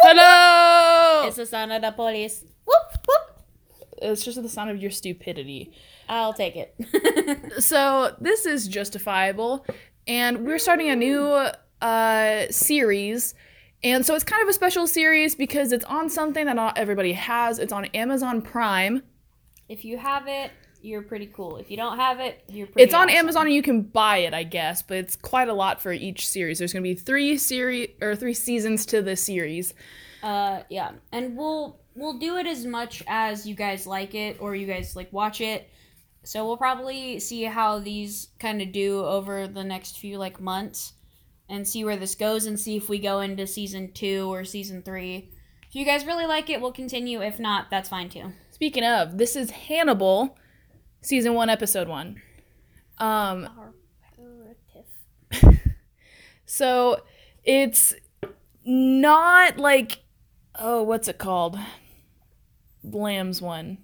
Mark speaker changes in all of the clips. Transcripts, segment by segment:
Speaker 1: Hello!
Speaker 2: It's the sound of the police. Whoop, whoop.
Speaker 1: It's just the sound of your stupidity.
Speaker 2: I'll take it.
Speaker 1: So, this is justifiable, and we're starting a new uh, series. And so, it's kind of a special series because it's on something that not everybody has. It's on Amazon Prime.
Speaker 2: if you have it, you're pretty cool. If you don't have it, you're pretty
Speaker 1: It's on
Speaker 2: awesome.
Speaker 1: Amazon and you can buy it, I guess, but it's quite a lot for each series. There's going to be three series or three seasons to this series.
Speaker 2: Uh yeah. And we'll we'll do it as much as you guys like it or you guys like watch it. So we'll probably see how these kind of do over the next few like months and see where this goes and see if we go into season 2 or season 3. If you guys really like it, we'll continue. If not, that's fine too.
Speaker 1: Speaking of, this is Hannibal, season one, episode one. Um, so it's not like, oh, what's it called? Lamb's one.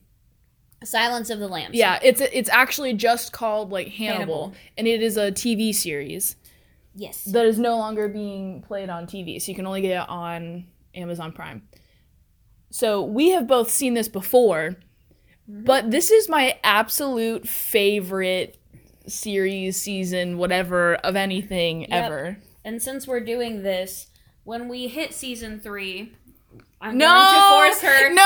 Speaker 2: Silence of the Lambs.
Speaker 1: Yeah, it's it's actually just called like Hannibal,
Speaker 2: Hannibal.
Speaker 1: and it is a TV series
Speaker 2: Yes.
Speaker 1: that is no longer being played on TV, so you can only get it on Amazon Prime. So we have both seen this before,
Speaker 2: Mm-hmm.
Speaker 1: but this is my absolute favorite series, season, whatever of anything ever.
Speaker 2: And since we're doing this, when we hit season three, I'm
Speaker 1: No,
Speaker 2: going to force her
Speaker 1: no,
Speaker 2: to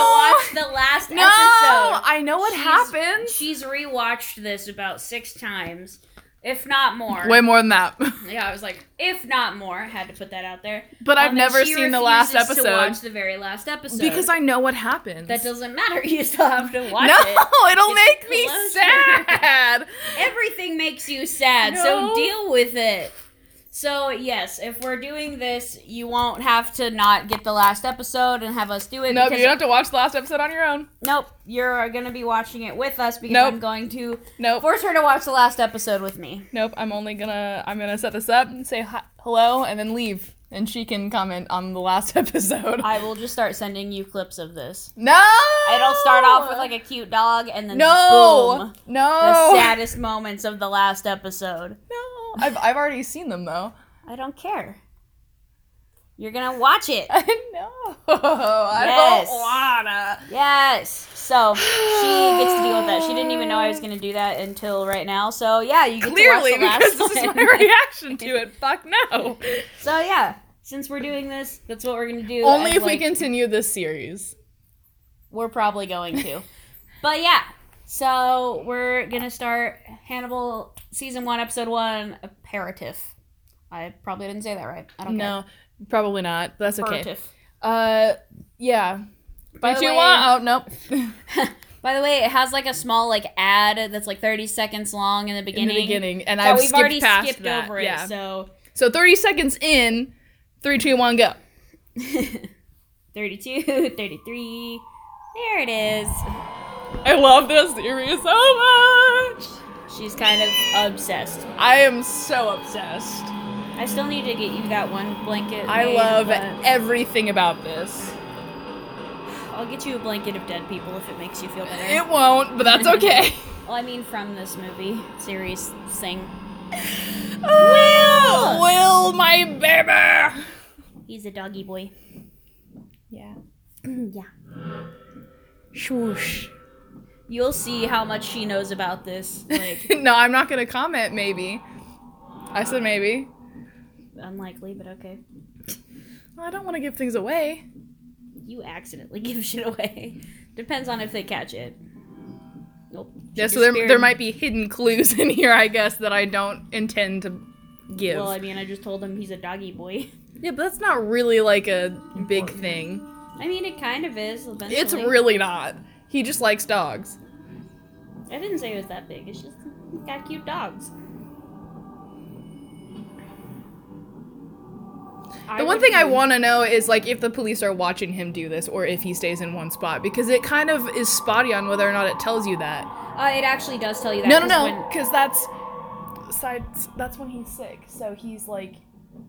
Speaker 2: watch the last
Speaker 1: no.
Speaker 2: episode.
Speaker 1: I know what
Speaker 2: She's-
Speaker 1: happens.
Speaker 2: She's rewatched this about six times, if not more.
Speaker 1: Way more than that.
Speaker 2: yeah, I was like, if not more. I had to put that out there.
Speaker 1: But I've
Speaker 2: Um, and
Speaker 1: never
Speaker 2: she
Speaker 1: seen the last
Speaker 2: refuses
Speaker 1: episode
Speaker 2: To watch the very last episode
Speaker 1: because I know what happens.
Speaker 2: that doesn't matter. You still have to watch
Speaker 1: no,
Speaker 2: it.
Speaker 1: it'll
Speaker 2: It's
Speaker 1: make me
Speaker 2: closure.
Speaker 1: sad.
Speaker 2: Everything makes you sad,
Speaker 1: No.
Speaker 2: so deal with it. So, yes, if we're doing this, you won't have to not get the last episode and have us do it.
Speaker 1: No,
Speaker 2: because-
Speaker 1: you don't have to watch the last episode on your own.
Speaker 2: Nope, you're going to be watching it with us because
Speaker 1: Nope.
Speaker 2: I'm going to
Speaker 1: Nope.
Speaker 2: force her to watch the last episode with me.
Speaker 1: Nope, I'm only gonna I'm gonna set this up and say hi- hello and then leave, and she can comment on the last episode.
Speaker 2: I will just start sending you clips of this.
Speaker 1: no,
Speaker 2: It'll start off with like a cute dog and then
Speaker 1: no,
Speaker 2: boom.
Speaker 1: no,
Speaker 2: The saddest moments of the last episode.
Speaker 1: no. I've I've already seen them though.
Speaker 2: I don't care. You're gonna watch it.
Speaker 1: I know. I
Speaker 2: Yes.
Speaker 1: don't wanna.
Speaker 2: Yes. So she gets to deal with that. She didn't even know I was going to do that until right now. So yeah, you get
Speaker 1: Clearly,
Speaker 2: to watch
Speaker 1: because
Speaker 2: the last
Speaker 1: this is
Speaker 2: one.
Speaker 1: my reaction to it. Fuck no.
Speaker 2: so yeah, since we're doing this, that's what we're going to do.
Speaker 1: Only
Speaker 2: as,
Speaker 1: if we
Speaker 2: like,
Speaker 1: continue this series.
Speaker 2: We're probably going to. but yeah, so we're going to start Hannibal season one, episode one, imperative. I probably didn't say that right. I don't
Speaker 1: No, probably not. That's
Speaker 2: care.
Speaker 1: okay.
Speaker 2: Imperative.
Speaker 1: Uh, yeah.
Speaker 2: By
Speaker 1: Did
Speaker 2: the
Speaker 1: you
Speaker 2: way-
Speaker 1: want? Oh nope.
Speaker 2: By the way, it has like a small like ad that's like thirty seconds long in the
Speaker 1: in
Speaker 2: beginning.
Speaker 1: the beginning, and
Speaker 2: But
Speaker 1: I've
Speaker 2: we've
Speaker 1: skipped
Speaker 2: already
Speaker 1: past
Speaker 2: skipped
Speaker 1: that.
Speaker 2: over
Speaker 1: yeah.
Speaker 2: it, so
Speaker 1: So 30 seconds in, three, two, one, go.
Speaker 2: 32, 33. There it is.
Speaker 1: I love this series so much.
Speaker 2: She's kind of obsessed.
Speaker 1: I am so obsessed.
Speaker 2: I still need to get you that one blanket.
Speaker 1: I
Speaker 2: made,
Speaker 1: love
Speaker 2: but
Speaker 1: everything about this.
Speaker 2: I'll get you a blanket of dead people if it makes you feel better.
Speaker 1: It won't, but that's okay.
Speaker 2: well, I mean, from this movie series thing.
Speaker 1: Will, Will, my baby.
Speaker 2: He's a doggy boy.
Speaker 1: Yeah.
Speaker 2: yeah.
Speaker 1: Swoosh.
Speaker 2: You'll see how much she knows about this. Like,
Speaker 1: no, I'm not gonna comment. Maybe. I said maybe.
Speaker 2: unlikely, but okay.
Speaker 1: I don't want to give things away.
Speaker 2: You accidentally give shit away. Depends on if they catch it. Nope. She
Speaker 1: Yeah, so there,
Speaker 2: disappeared.
Speaker 1: there might be hidden clues in here, I guess, that I don't intend to give.
Speaker 2: Well, I mean, I just told him he's a doggy boy.
Speaker 1: Yeah, but that's not really like a big thing.
Speaker 2: I mean, it kind of is. Eventually.
Speaker 1: It's really not. He just likes dogs.
Speaker 2: I didn't say it was that big. It's just it's got cute dogs.
Speaker 1: The one thing I want to know is like if the police are watching him do this or if he stays in one spot because it kind of is spotty on whether or not it tells you that.
Speaker 2: Uh, it actually does tell you that.
Speaker 1: No, no,
Speaker 2: 'cause
Speaker 1: no,
Speaker 2: when-
Speaker 1: because that's sides. That's when he's sick, so he's like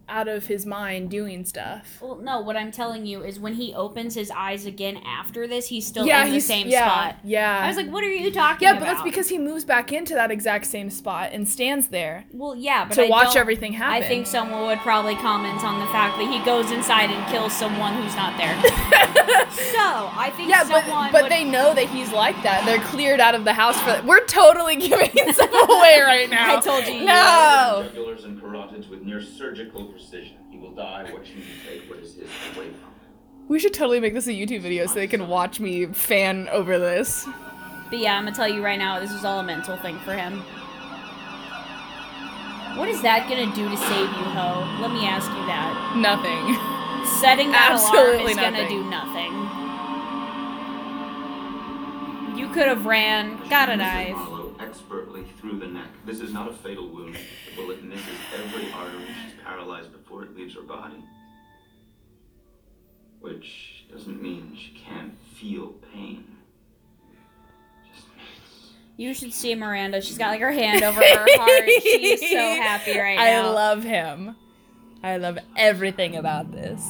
Speaker 1: out of his mind doing stuff.
Speaker 2: Well, no, what I'm telling you is when he opens his eyes again after this, he's still
Speaker 1: yeah,
Speaker 2: in the
Speaker 1: he's
Speaker 2: same
Speaker 1: yeah,
Speaker 2: spot.
Speaker 1: Yeah.
Speaker 2: I was like, what are you talking
Speaker 1: yeah,
Speaker 2: about?
Speaker 1: but that's because he moves back into that exact same spot and stands there
Speaker 2: Well, yeah, but
Speaker 1: to
Speaker 2: I
Speaker 1: watch
Speaker 2: don't-
Speaker 1: everything happen.
Speaker 2: I think someone would probably comment on the fact that he goes inside and kills someone who's not there. so I think
Speaker 1: Yeah,
Speaker 2: someone
Speaker 1: but, but
Speaker 2: would-
Speaker 1: they know that he's like that. They're cleared out of the house for. We're totally giving stuff away right now.
Speaker 2: I told you, you
Speaker 1: No.
Speaker 3: Regulars and carotids with near surgical precision. He will die what you take what is his away from.
Speaker 1: We should totally make this a YouTube video so they can watch me fan over this.
Speaker 2: But yeah, I'm gonna tell you right now, this was all a mental thing for him. What is that gonna do to save you, Ho? Let me ask you that.
Speaker 1: Nothing.
Speaker 2: Setting that alarm
Speaker 1: Absolutely
Speaker 2: is gonna
Speaker 1: nothing.
Speaker 2: do nothing. You could have ran, got a
Speaker 3: Mrs.
Speaker 2: knife.
Speaker 3: Marlowe, expertly through the neck. This is not a fatal wound. The bullet misses every artery. She's paralyzed before it leaves her body. Which doesn't mean she can't feel pain. Just means
Speaker 2: You should see Miranda. She's got like her hand over her heart. She's so happy right
Speaker 1: I
Speaker 2: now.
Speaker 1: love him. I love everything about this.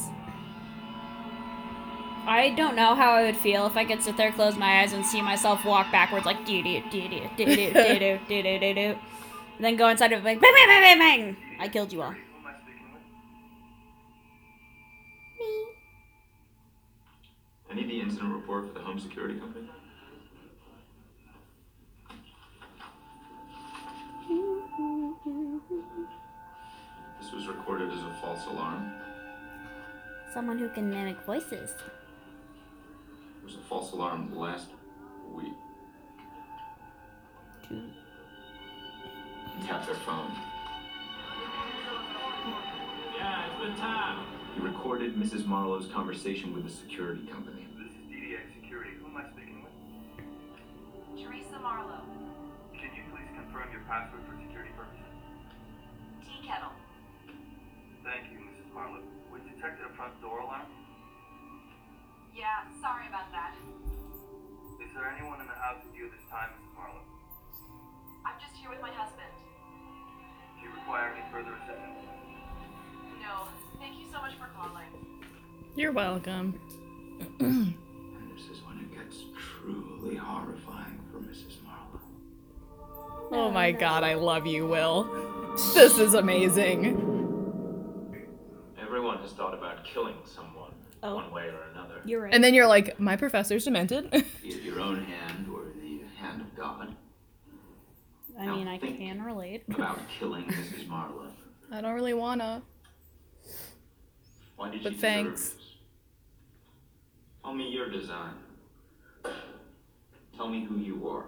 Speaker 2: I don't know how I would feel if I could sit there, close my eyes, and see myself walk backwards like doo doo doo doo doo doo doo doo doo doo doo doo, and then go inside and be like bang bang bang bang bang. I killed you all.
Speaker 3: I need the incident report for the home security company. This was recorded as a false alarm.
Speaker 2: Someone who can mimic voices.
Speaker 3: There was a false alarm last week. Tap their phone.
Speaker 4: Yeah, it's been time.
Speaker 3: He recorded Mrs. Marlowe's conversation with the security company.
Speaker 4: This is DDA Security. Who am I speaking with?
Speaker 5: Teresa Marlowe,
Speaker 4: Can you please confirm your password for security purposes?
Speaker 5: Tea Kettle.
Speaker 4: Thank you, Mrs. Marlowe. We detected a front door alarm.
Speaker 5: Yeah, sorry about that.
Speaker 4: Is there anyone in the house with you at this time, Mrs. Marlowe?
Speaker 5: I'm just here with my husband.
Speaker 4: Do you require any further assistance?
Speaker 5: No, thank you so much for calling.
Speaker 1: You're welcome.
Speaker 3: And this is when it gets truly horrifying for Mrs. Marlowe.
Speaker 1: Oh my god, I love you, Will. This is amazing.
Speaker 3: Everyone has thought about killing someone,
Speaker 2: Oh.
Speaker 3: one way or another.
Speaker 2: You're right.
Speaker 1: And then you're like, my professor's demented.
Speaker 3: Be it your own hand or the hand of God.
Speaker 2: I mean, I can relate.
Speaker 3: About killing Mrs. Marlowe.
Speaker 1: I don't really wanna.
Speaker 3: Why did
Speaker 1: But
Speaker 3: she
Speaker 1: thanks.
Speaker 3: deserve this? Tell me your design. Tell me who you are.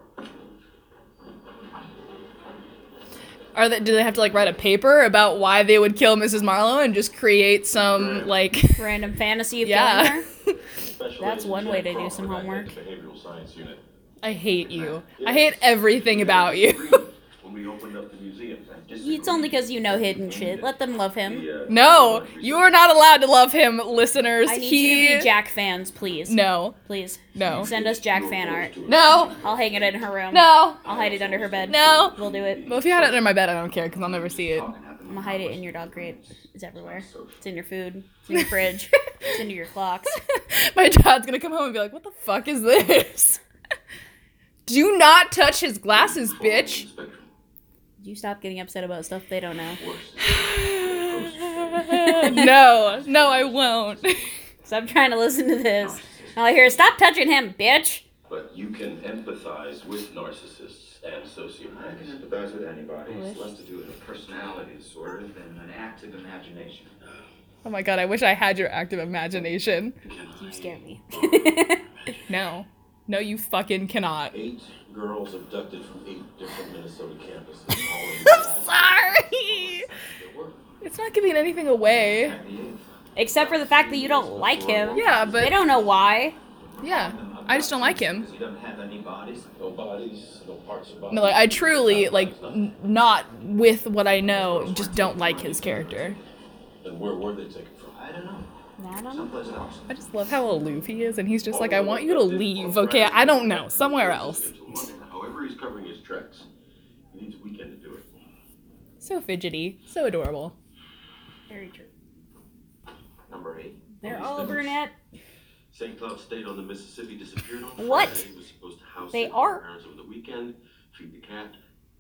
Speaker 1: Are they, do they have to like write a paper about why they would kill Mrs. Marlowe and just create some like
Speaker 2: Random fantasy of
Speaker 1: yeah?
Speaker 2: killing her.
Speaker 3: Special
Speaker 2: That's
Speaker 3: Agent
Speaker 2: one way
Speaker 3: Jack
Speaker 2: to do
Speaker 3: Crawford,
Speaker 2: some
Speaker 3: I head the
Speaker 2: homework.
Speaker 3: Behavioral science unit.
Speaker 1: I hate you. I hate everything about you.
Speaker 3: When we opened up the museum, I disagreed.
Speaker 2: It's only because you know hidden shit. Let them love him.
Speaker 3: The, uh,
Speaker 1: No, you are not allowed to love him, listeners.
Speaker 2: I need
Speaker 1: he
Speaker 2: you to be Jack fans, please.
Speaker 1: no,
Speaker 2: Please.
Speaker 1: no,
Speaker 2: Send us Jack fan art.
Speaker 1: no,
Speaker 2: I'll hang it in her room.
Speaker 1: no,
Speaker 2: I'll hide it under her bed.
Speaker 1: no.
Speaker 2: We'll do it.
Speaker 1: Well, if you had it under my bed, I don't care because I'll never see it.
Speaker 2: I'm gonna hide it in your dog crate. It's everywhere. It's in your food. It's in your fridge. It's under your clocks.
Speaker 1: my dad's gonna come home and be like, "What the fuck is this? Do not touch his glasses, bitch."
Speaker 2: You stop getting upset about stuff they don't know.
Speaker 1: no, no, I won't.
Speaker 2: So I'm trying to listen to this. All I hear is stop touching him, bitch.
Speaker 3: But you can empathize with narcissists and sociopaths. I can empathize with anybody. It's less to do with a personality disorder than an active imagination.
Speaker 1: Oh my god, I wish I had your active imagination.
Speaker 2: You scare me.
Speaker 1: No, no, you fucking cannot.
Speaker 3: Eight girls abducted from eight different Minnesota campuses. All in
Speaker 1: Sorry.
Speaker 3: their work.
Speaker 1: It's not giving anything away.
Speaker 3: And the eighth,
Speaker 2: Except for the fact that you don't like him.
Speaker 1: Yeah,
Speaker 2: They
Speaker 1: but
Speaker 2: don't know why.
Speaker 1: yeah, I just don't like him.
Speaker 3: because he doesn't have any bodies.
Speaker 6: No bodies, no parts of bodies.
Speaker 1: No, like I truly like n- not with what I know, just don't like his character.
Speaker 6: and where were they taken from?
Speaker 3: I don't know.
Speaker 2: I don't know.
Speaker 3: Someplace else.
Speaker 1: I just love how aloof he is, and he's just like, I want you to leave, okay? I don't know, somewhere else.
Speaker 6: However, he's covering his tracks. He needs a weekend to do it.
Speaker 1: So fidgety, so adorable.
Speaker 2: Very true.
Speaker 3: Number eight.
Speaker 2: They're
Speaker 3: Police
Speaker 2: all
Speaker 3: members.
Speaker 2: brunette.
Speaker 6: St. Cloud State on the Mississippi disappeared on
Speaker 2: What?
Speaker 6: Friday. Was supposed to house
Speaker 2: They
Speaker 6: it with her
Speaker 2: are.
Speaker 6: Parents over the weekend, feed the cat.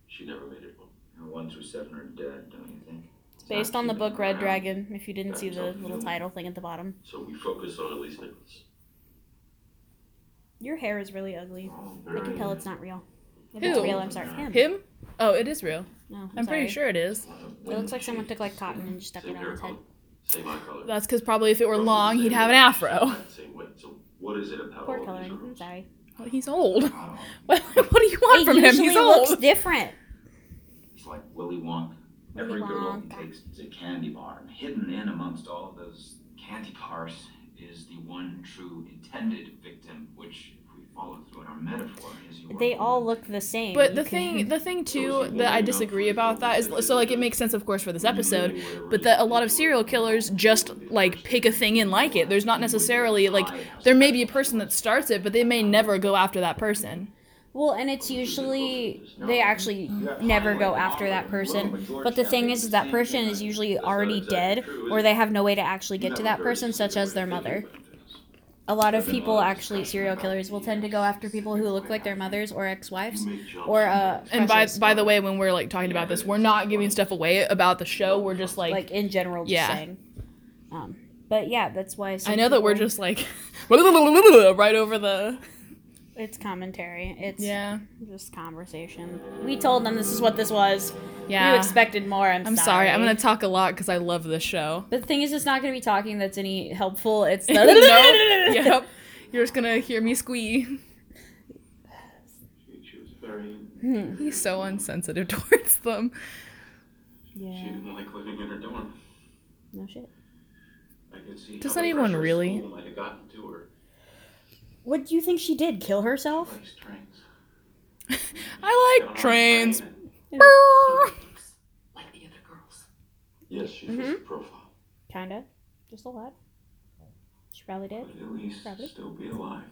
Speaker 6: She never made it home.
Speaker 3: You know, One through seven are dead, don't you think?
Speaker 2: It's based on the book Red Dragon, if you didn't
Speaker 6: see the
Speaker 2: see the
Speaker 6: little
Speaker 2: little title thing at the bottom.
Speaker 6: So we focus on Elise Nichols.
Speaker 2: Your hair is really ugly.
Speaker 3: Oh,
Speaker 2: I can
Speaker 3: right.
Speaker 2: tell it's not real. If
Speaker 1: Who?
Speaker 2: it's real, I'm sorry. Him.
Speaker 1: Him? Oh, it is real.
Speaker 2: No, I'm,
Speaker 1: I'm pretty
Speaker 2: sorry.
Speaker 1: sure it is.
Speaker 2: It looks like someone took like cotton and just stuck
Speaker 6: Same
Speaker 2: it on
Speaker 6: hair
Speaker 2: his head.
Speaker 6: color, same eye color.
Speaker 1: That's because probably if it were
Speaker 6: Roughly
Speaker 1: long,
Speaker 6: the
Speaker 1: he'd
Speaker 6: same
Speaker 1: have an
Speaker 6: age,
Speaker 1: afro.
Speaker 6: Same weight. So what is it about
Speaker 2: Poor
Speaker 6: all these
Speaker 2: coloring. I'm
Speaker 6: girls?
Speaker 2: sorry.
Speaker 1: Well, he's old.
Speaker 3: Oh,
Speaker 1: what do you want
Speaker 2: It
Speaker 1: from him?
Speaker 2: usually
Speaker 1: He's
Speaker 2: looks
Speaker 1: old.
Speaker 2: different.
Speaker 3: He's like Willy Wonka.
Speaker 2: Willy
Speaker 3: Every girl
Speaker 2: Wonka.
Speaker 3: he takes to candy bar, and hidden in amongst all of those candy bars is the one true intended victim, which, if we follow through in our metaphor, is your
Speaker 2: They all look the same.
Speaker 1: But
Speaker 2: You
Speaker 1: the
Speaker 2: can-
Speaker 1: thing, the thing too
Speaker 6: Those are
Speaker 1: that I
Speaker 6: enough
Speaker 1: disagree
Speaker 6: for
Speaker 1: about that is
Speaker 6: adults.
Speaker 1: so like it makes sense, of course, for this
Speaker 6: When you
Speaker 1: episode.
Speaker 6: really wanna
Speaker 1: But that a
Speaker 6: really
Speaker 1: lot of
Speaker 6: do it,
Speaker 1: serial killers just like pick a thing and like it. There's not necessarily like there may be a person that starts it, but they may never go after that person.
Speaker 2: Well, and it's usually they actually never go after that person. But the thing is, is that person is usually already dead, or they have no way to actually get to that person, such as their mother. A lot of people, actually, serial killers will tend to go after people who look like their mothers or ex-wives, or uh.
Speaker 1: And by
Speaker 2: crushes.
Speaker 1: by the way, when we're like talking about this, we're not giving stuff away about the show. We're just like,
Speaker 2: like in general, just
Speaker 1: Yeah.
Speaker 2: saying. Um, but yeah, that's why some
Speaker 1: I know that we're
Speaker 2: people-
Speaker 1: just like right over the
Speaker 2: it's commentary. It's
Speaker 1: yeah
Speaker 2: just conversation. We told them this is what this was.
Speaker 1: yeah.
Speaker 2: You expected more. I'm,
Speaker 1: I'm sorry. I'm gonna talk a lot because I love this show.
Speaker 2: The thing is, it's not gonna be talking that's any helpful. It's the
Speaker 1: no. Yep. You're just gonna hear me squee.
Speaker 6: She was very.
Speaker 1: He's so insensitive towards them.
Speaker 6: She
Speaker 2: Yeah.
Speaker 6: didn't like living in her dorm.
Speaker 2: No shit.
Speaker 6: I could see.
Speaker 1: Does
Speaker 6: how the
Speaker 1: anyone
Speaker 6: pressure of
Speaker 1: really?
Speaker 6: school might have gotten to her.
Speaker 2: What do you think she did? Kill herself?
Speaker 6: Likes trains.
Speaker 1: I
Speaker 6: Got on
Speaker 1: like
Speaker 6: a
Speaker 1: trains.
Speaker 6: train and-
Speaker 5: Like the other girls.
Speaker 6: Yes, she fits
Speaker 1: Mm-hmm.
Speaker 6: the profile.
Speaker 2: Kinda. Just a lot. She probably did.
Speaker 6: But at least
Speaker 2: Probably.
Speaker 6: still be alive.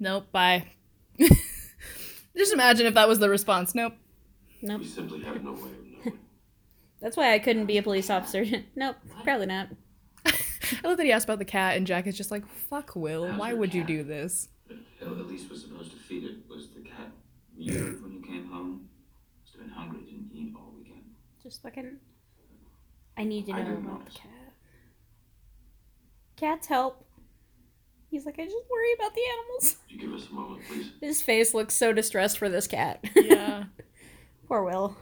Speaker 1: Nope. Bye. just imagine if that was the response. Nope.
Speaker 2: Nope.
Speaker 6: We simply have no way of knowing.
Speaker 2: That's why I couldn't be a police officer. nope. Probably not.
Speaker 1: I love that he asked about the cat, and Jack is just like, "Fuck, Will.
Speaker 3: How's
Speaker 1: Why
Speaker 3: your
Speaker 1: would you
Speaker 3: cat?"
Speaker 1: do this?"
Speaker 3: Elise was supposed to feed it, was the cat. You, when you came home, must have been hungry, didn't eat all weekend.
Speaker 2: Just fucking. I need to
Speaker 6: I
Speaker 2: know
Speaker 6: didn't
Speaker 2: about the
Speaker 6: notice.
Speaker 2: cat. Cats help. He's like, I just worry about the animals.
Speaker 6: Could you give us a moment, please?
Speaker 2: His face looks so distressed for this cat.
Speaker 1: Yeah.
Speaker 2: Poor Will.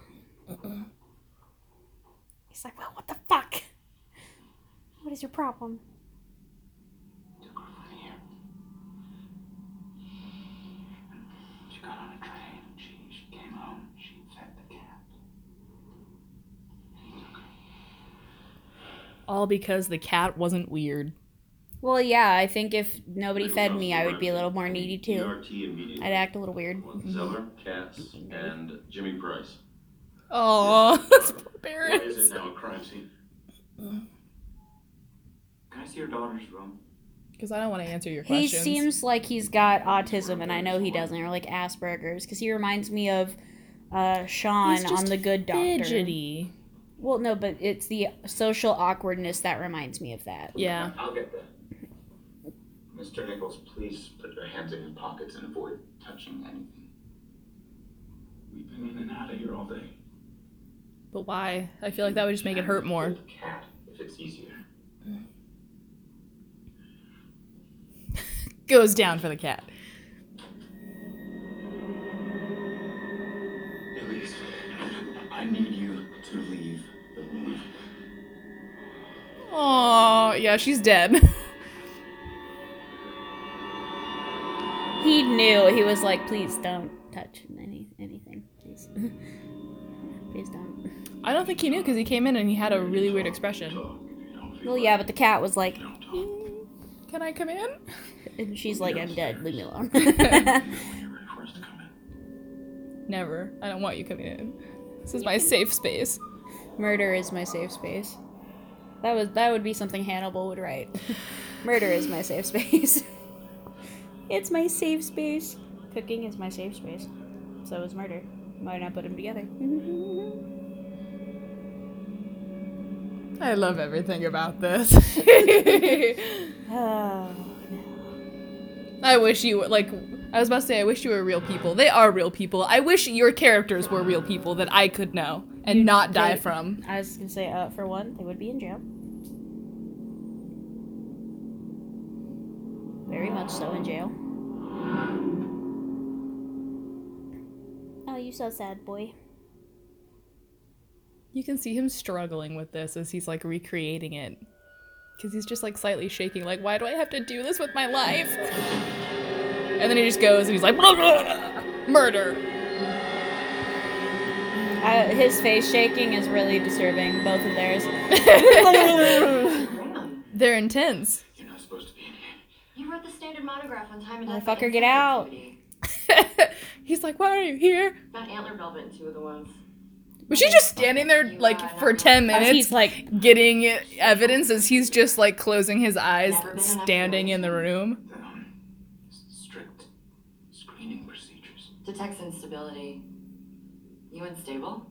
Speaker 2: He's like, Will, what the fuck? What is your problem?
Speaker 6: Took her from here. She got on a train. She, she came home. She fed the cat. And he took her.
Speaker 1: All because the cat wasn't weird.
Speaker 2: Well, yeah, I think if nobody
Speaker 6: Michael
Speaker 2: fed
Speaker 6: House
Speaker 2: me, I would be a
Speaker 6: directed
Speaker 2: little more needy too.
Speaker 6: ERT immediately.
Speaker 2: I'd act a little weird.
Speaker 1: Mm-hmm.
Speaker 6: One Zeller, Katz, and Jimmy Price.
Speaker 1: Oh, that's
Speaker 6: Why is
Speaker 1: parents.
Speaker 6: it now a crime scene?
Speaker 3: Can I see your daughter's room?
Speaker 1: Because I don't want to answer your
Speaker 2: He
Speaker 1: questions.
Speaker 2: seems like he's got autism, and I know he doesn't, or like Asperger's, because he reminds me of uh, Sean
Speaker 1: He's
Speaker 2: on
Speaker 1: just
Speaker 2: The Good Doctor.
Speaker 1: fidgety.
Speaker 2: Well, no, but it's the social awkwardness that reminds me of that.
Speaker 1: Yeah.
Speaker 3: I'll get that. Mr. Nichols, please put your hands in your pockets and avoid touching anything.
Speaker 6: We've been in and out of here all day.
Speaker 1: But why? I feel like that would just make it hurt more.
Speaker 3: The cat, if it's easier.
Speaker 1: Goes down for the cat.
Speaker 6: Elise,
Speaker 3: I need you to leave the room.
Speaker 1: Oh, yeah, she's dead.
Speaker 2: He knew. He was like, please don't touch any anything. Please. please don't.
Speaker 1: I don't think he knew because he came in and he had a really weird expression.
Speaker 6: talk if you don't feel
Speaker 2: Well, yeah, but the cat was like,
Speaker 6: don't talk.
Speaker 1: Can I come in?
Speaker 2: and she's like, I'm dead. Leave me alone.
Speaker 6: When you're ready for us to come in.
Speaker 1: Never. I don't want you coming in. This is my safe space.
Speaker 2: Murder is my safe space. That was that would be something Hannibal would write. Murder is my safe space. it's my safe space. Cooking is my safe space. So is murder. Why not put them together?
Speaker 1: I love everything about this. I wish you were like I was about to say I wish you were real people. They are real people. I wish your characters were real people that I could know and not die
Speaker 2: Right.
Speaker 1: from.
Speaker 2: I was gonna say, uh, for one, they would be in jail. Very much so in jail. Oh, you so sad, boy.
Speaker 1: You can see him struggling with this as he's like recreating it. Cuz he's just like slightly shaking like why do I have to do this with my life? And then he just goes and he's like murder.
Speaker 2: Uh, his face shaking is really disturbing. Both of theirs.
Speaker 5: Really?
Speaker 1: They're intense.
Speaker 6: You're not supposed to be in here.
Speaker 5: You wrote the standard monograph on time and death.
Speaker 2: Motherfucker,
Speaker 5: by
Speaker 2: get
Speaker 5: insect
Speaker 2: out.
Speaker 5: activity.
Speaker 1: He's like, "Why are you here?"
Speaker 5: Not antler velvet in two of the ones.
Speaker 1: Was she just standing there like for ten
Speaker 2: Uh, he's
Speaker 1: minutes,
Speaker 2: like,
Speaker 1: getting evidence as he's just like closing his eyes,
Speaker 5: Never been enough
Speaker 1: standing in the room?
Speaker 6: Then, um, s- strict screening procedures.
Speaker 5: Detects instability. You unstable?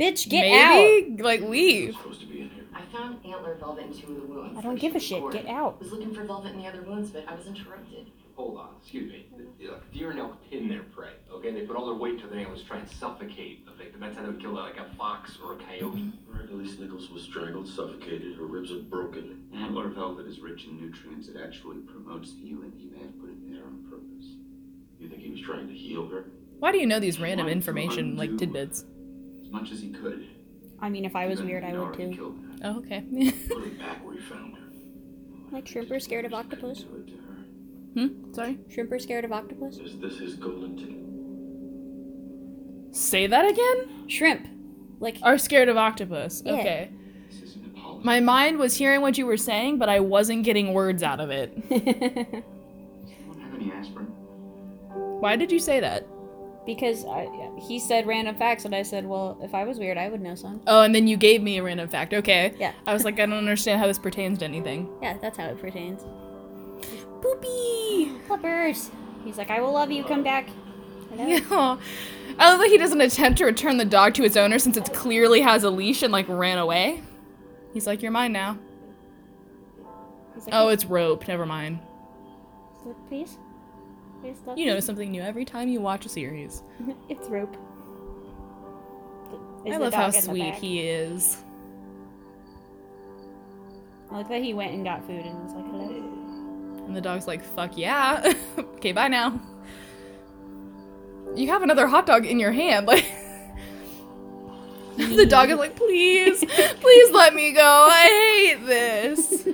Speaker 2: bitch, get out!
Speaker 1: Maybe like
Speaker 6: You're
Speaker 1: leave.
Speaker 6: supposed to be in here.
Speaker 5: I found antler velvet in two of the wounds.
Speaker 2: I don't give a shit. Get out.
Speaker 5: was looking for velvet in the other wounds, but I was interrupted.
Speaker 6: Hold on, excuse me. The- the- Look, deer and elk pin their prey, okay? They put all their weight to their nails to try and suffocate the victim. That's how they would kill like a fox or a coyote.
Speaker 7: Right, at least Nichols was strangled, suffocated, her ribs are broken.
Speaker 3: Antler velvet is rich in nutrients. It actually promotes healing. He may have put it there on purpose.
Speaker 7: You think he was trying to heal her?
Speaker 1: Why do you know these random information like tidbits?
Speaker 3: As much as he could.
Speaker 2: I mean, if I was weird, I would
Speaker 3: already
Speaker 2: too.
Speaker 3: killed her.
Speaker 1: Oh, okay.
Speaker 7: Put her back where he found her.
Speaker 2: Like shrimp are scared of octopus.
Speaker 7: Do it to her.
Speaker 1: hmm? Sorry.
Speaker 2: Shrimp are scared of octopus.
Speaker 7: Is this his golden ticket?
Speaker 1: Say that again.
Speaker 2: Shrimp, like
Speaker 1: Are scared of octopus?
Speaker 2: Yeah.
Speaker 1: Okay.
Speaker 6: This isn't a policy.
Speaker 1: My mind was hearing what you were saying, but I wasn't getting words out of it.
Speaker 3: Does anyone have any aspirin?
Speaker 1: Why did you say that?
Speaker 2: because I, he said random facts, and I said, well, if I was weird, I would know some.
Speaker 1: Oh, and then you gave me a random fact. Okay.
Speaker 2: Yeah.
Speaker 1: I was like, I don't understand how this pertains to anything.
Speaker 2: Yeah, that's how it pertains.
Speaker 1: Poopy.
Speaker 2: Clippers. He's like, I will love you. Come back. I know.
Speaker 1: Yeah. I love that he doesn't attempt to return the dog to its owner since it clearly has a leash and like ran away. He's like, "You're mine now."
Speaker 2: He's like,
Speaker 1: Oh, it's rope. Never mind.
Speaker 2: Look, please. Please look.
Speaker 1: You know something new every time you watch a series.
Speaker 2: it's rope. Is
Speaker 1: I
Speaker 2: the
Speaker 1: love how
Speaker 2: dog in the
Speaker 1: sweet
Speaker 2: bag?
Speaker 1: he is.
Speaker 2: I like that he went and got food and was like, hello.
Speaker 1: And the dog's like, "Fuck yeah." okay, bye now. You have another hot dog in your hand. Like The dog is like, "Please. please let me go. I hate this.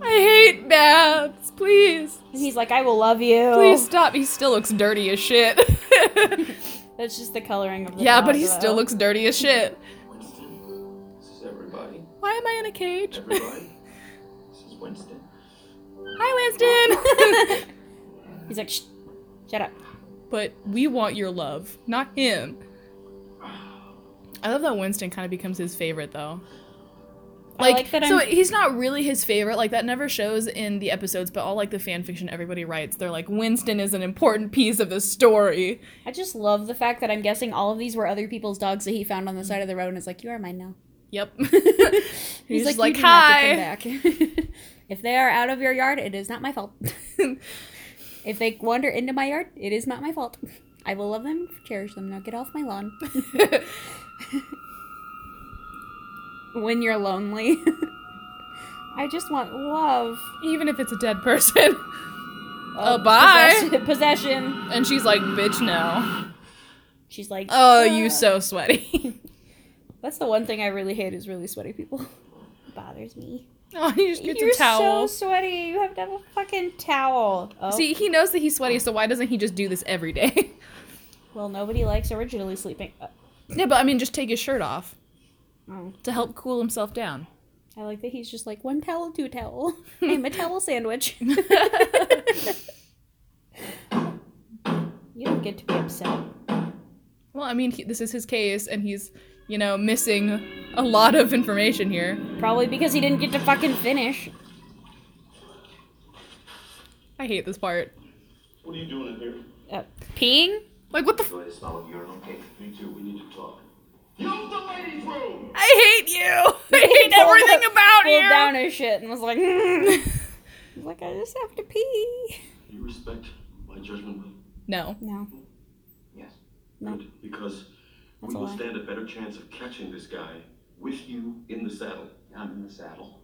Speaker 1: I hate baths. Please."
Speaker 2: And he's like, I will love you.
Speaker 1: Please stop. He still looks dirty as shit.
Speaker 2: That's just the coloring of the
Speaker 1: yeah,
Speaker 2: dog,
Speaker 1: but he
Speaker 2: though.
Speaker 1: still looks dirty as shit.
Speaker 7: Winston? This is everybody.
Speaker 1: Why am I in a cage?
Speaker 7: Everybody? this is Winston.
Speaker 1: Hi, Winston.
Speaker 2: He's like, Shh, shut up.
Speaker 1: but we want your love, not him. I love that Winston kind of becomes his favorite though.
Speaker 2: I
Speaker 1: Like,
Speaker 2: like that
Speaker 1: so
Speaker 2: I'm-
Speaker 1: he's not really his favorite. Like that never shows in the episodes, but all like the fan fiction everybody writes, they're like Winston is an important piece of the story.
Speaker 2: I just love the fact that I'm guessing all of these were other people's dogs that he found on the side of the road and is like, you are mine now.
Speaker 1: Yep.
Speaker 2: He's
Speaker 1: he's just like,
Speaker 2: like, "You do
Speaker 1: hi.
Speaker 2: not get them back." if they are out of your yard, it is not my fault. if they wander into my yard, it is not my fault. I will love them, cherish them. Now get off my lawn. when you're lonely, I just want love.
Speaker 1: Even if it's a dead person.
Speaker 2: Oh,
Speaker 1: Uh, bye.
Speaker 2: Possession. possession.
Speaker 1: And she's like, bitch, no.
Speaker 2: She's like,
Speaker 1: Oh, you
Speaker 2: "Ah."
Speaker 1: so sweaty.
Speaker 2: That's the one thing I really hate is really sweaty people. bothers me.
Speaker 1: oh, he just gets
Speaker 2: You're
Speaker 1: a towel.
Speaker 2: so sweaty. You have to have a fucking towel. Oh.
Speaker 1: See, he knows that he's sweaty, so why doesn't he just do this every day?
Speaker 2: Well, nobody likes originally sleeping. Uh,
Speaker 1: yeah, but I mean, just take his shirt off
Speaker 2: oh.
Speaker 1: to help cool himself down.
Speaker 2: I like that he's just like one towel, two towel. I'm a towel sandwich. you don't get to be upset.
Speaker 1: Well, I mean, he, this is his case, and he's, you know, missing a lot of information here.
Speaker 2: Probably because he didn't get to fucking finish.
Speaker 1: I hate this part.
Speaker 7: What are you doing in here?
Speaker 2: Uh, peeing?
Speaker 1: Like, what the f-
Speaker 3: Enjoy the smell of urinal cake.
Speaker 7: Me too, we need to talk.
Speaker 3: The older ladies' room!
Speaker 1: I hate you. I hate
Speaker 2: Pulled-
Speaker 1: everything about
Speaker 2: pulled
Speaker 1: you.
Speaker 2: down his shit and was like, I was like I just have to pee.
Speaker 8: You respect my judgment, Will?
Speaker 1: No.
Speaker 2: No,
Speaker 3: Yes.
Speaker 2: No.
Speaker 8: Good, because
Speaker 2: That's
Speaker 8: we
Speaker 2: a
Speaker 8: will
Speaker 2: lie.
Speaker 8: stand a better chance of catching this guy with you in the saddle.
Speaker 3: I'm in the saddle.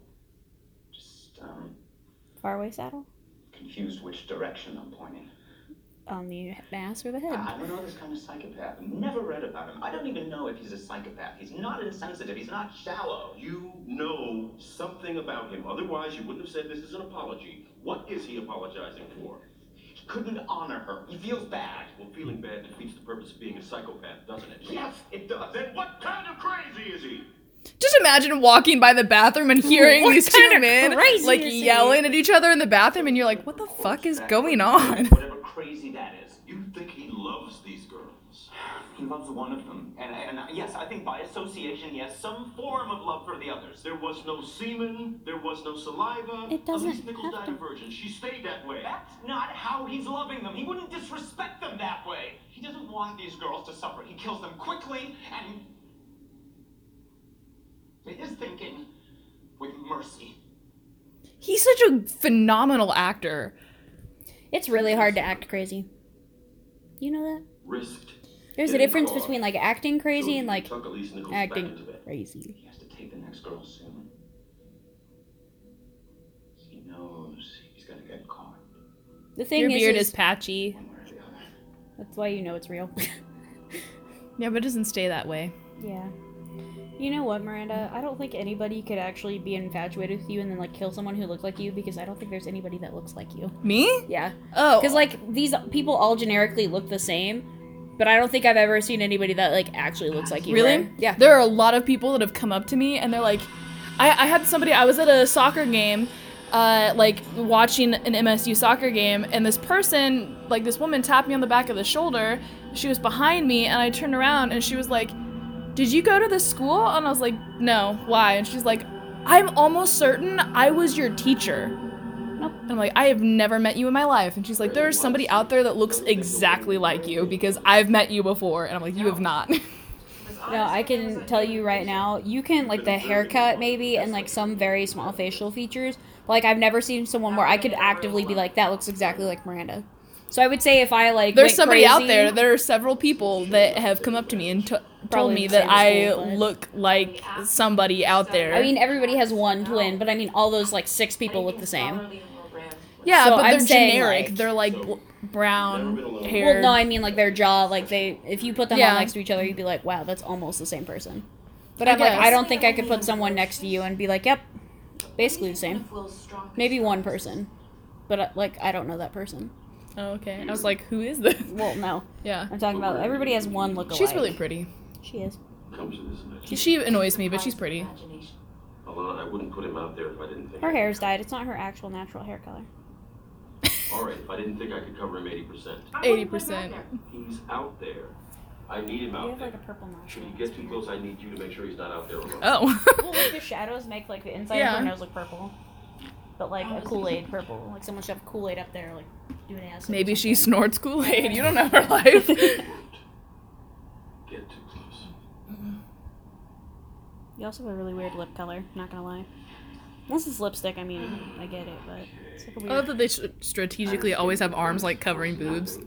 Speaker 3: Just, um,
Speaker 2: faraway saddle
Speaker 3: confused which direction I'm pointing.
Speaker 2: on the ass or the head.
Speaker 3: I I don't know Uh, this kind of psychopath. I've never read about him. I don't even know if he's a psychopath. He's not insensitive. He's not shallow.
Speaker 8: You know something about him, otherwise you wouldn't have said this is an apology. What is he apologizing for?
Speaker 3: He couldn't honor her. He feels bad.
Speaker 8: Well, feeling bad defeats the purpose of being a psychopath, doesn't it?
Speaker 3: Yes, it does.
Speaker 8: Then what kind of crazy is he?
Speaker 1: Just imagine walking by the bathroom and hearing
Speaker 2: What
Speaker 1: these
Speaker 2: kind
Speaker 1: two
Speaker 2: of
Speaker 1: men
Speaker 2: crazy
Speaker 1: like
Speaker 2: is he?
Speaker 1: yelling at each other in the bathroom, and you're like, what the fuck is going on?
Speaker 3: Whatever crazy that is.
Speaker 8: You think he loves these girls?
Speaker 3: He loves one of them. And, and uh, yes, I think by association, yes, some form of love for the others.
Speaker 8: There was no semen, there was no saliva.
Speaker 2: It doesn't
Speaker 8: Elise Nichols
Speaker 2: have
Speaker 8: died
Speaker 2: to-
Speaker 8: a virgin. She stayed that way.
Speaker 3: That's not how he's loving them. He wouldn't disrespect them that way. He doesn't want these girls to suffer. He kills them quickly and. It is thinking with mercy.
Speaker 1: He's such a phenomenal actor.
Speaker 2: It's really hard to act crazy. You know that?
Speaker 8: Risked.
Speaker 2: There's a
Speaker 8: Getting
Speaker 2: difference
Speaker 8: caught.
Speaker 2: between like acting crazy and like
Speaker 8: Tuck Elise Nichols back into
Speaker 2: acting
Speaker 8: bed.
Speaker 2: crazy.
Speaker 3: He has to take the next girl soon. He knows he's gonna get caught
Speaker 2: The thing
Speaker 1: Your
Speaker 2: is,
Speaker 1: beard
Speaker 2: is,
Speaker 1: is, patchy.
Speaker 3: one way or the other.
Speaker 2: that's why you know it's real.
Speaker 1: Yeah, but it doesn't stay that way.
Speaker 2: yeah. You know what, Miranda? I don't think anybody could actually be infatuated with you and then like kill someone who looked like you because I don't think there's anybody that looks like you.
Speaker 1: Me?
Speaker 2: Yeah.
Speaker 1: Oh.
Speaker 2: Because like these people all generically look the same, but I don't think I've ever seen anybody that like actually looks like you.
Speaker 1: Really?
Speaker 2: right? Yeah.
Speaker 1: There are a lot of people that have come up to me and they're like, I, I had somebody, I was at a soccer game, uh, like watching an MSU soccer game, and this person, like this woman, tapped me on the back of the shoulder. She was behind me, and I turned around and she was like, Did you go to this school? And I was like, No, why? And she's like, I'm almost certain I was your teacher.
Speaker 2: Nope.
Speaker 1: And I'm like, I have never met you in my life. And she's like, There's somebody out there that looks exactly like you because I've met you before. And I'm like, You have not.
Speaker 2: No, I can tell you right now, you can like the haircut maybe and like some very small facial features. but, Like I've never seen someone where I could actively be like, that looks exactly like Miranda. So I would say if I like
Speaker 1: There's
Speaker 2: went
Speaker 1: somebody out
Speaker 2: crazy-
Speaker 1: there. There are several people that have come up to me and t- told
Speaker 2: Probably
Speaker 1: me
Speaker 2: the
Speaker 1: that
Speaker 2: same
Speaker 1: I
Speaker 2: school, but-
Speaker 1: look like somebody out there.
Speaker 2: I mean, everybody has one twin, but I mean, all those like six people look the same.
Speaker 1: yeah,
Speaker 2: so
Speaker 1: but
Speaker 2: I'm
Speaker 1: they're
Speaker 2: saying,
Speaker 1: generic.
Speaker 2: like-
Speaker 1: they're like bl- brown
Speaker 8: Never been alone.
Speaker 1: hair.
Speaker 2: Well, no, I mean like their jaw, like they if you put them
Speaker 1: Yeah.
Speaker 2: all next to each other, you'd be like, wow, that's almost the same person. But
Speaker 1: I
Speaker 2: I'm like,
Speaker 1: guess.
Speaker 2: I don't think I could put someone next to you and be like, yep, basically the same. Maybe one person, but uh, like I don't know that person.
Speaker 1: oh, okay. I was like, who is this?
Speaker 2: Well, no.
Speaker 1: Yeah,
Speaker 2: I'm talking about everybody has one look alike.
Speaker 1: she's really pretty.
Speaker 2: She is.
Speaker 8: Comes to this much.
Speaker 1: She annoys me, but she's pretty.
Speaker 8: Alana, I wouldn't put him out there if I didn't think.
Speaker 2: Her hair's dyed. It's not her actual natural hair color.
Speaker 8: All right, if I didn't think I could cover him eighty percent.
Speaker 1: Eighty percent.
Speaker 8: He's out there. I need him
Speaker 2: You
Speaker 8: out
Speaker 2: have
Speaker 8: there.
Speaker 2: like a purple nose.
Speaker 8: Should he get too close, I need you to make sure he's not out there alone.
Speaker 1: Oh,
Speaker 2: Well, like the shadows make like the inside
Speaker 1: Yeah.
Speaker 2: of her nose look purple, but like a Kool Aid purple. Oh, Like someone shoved Kool Aid up there, like do an ass.
Speaker 1: maybe she snorts Kool Aid. You don't know her life.
Speaker 8: Get too close.
Speaker 2: You also have a really weird lip color. Not gonna lie. Unless it's lipstick, I mean, I get it, but it's like a
Speaker 1: I
Speaker 2: weird.
Speaker 1: love that they should strategically always have arms like covering boobs.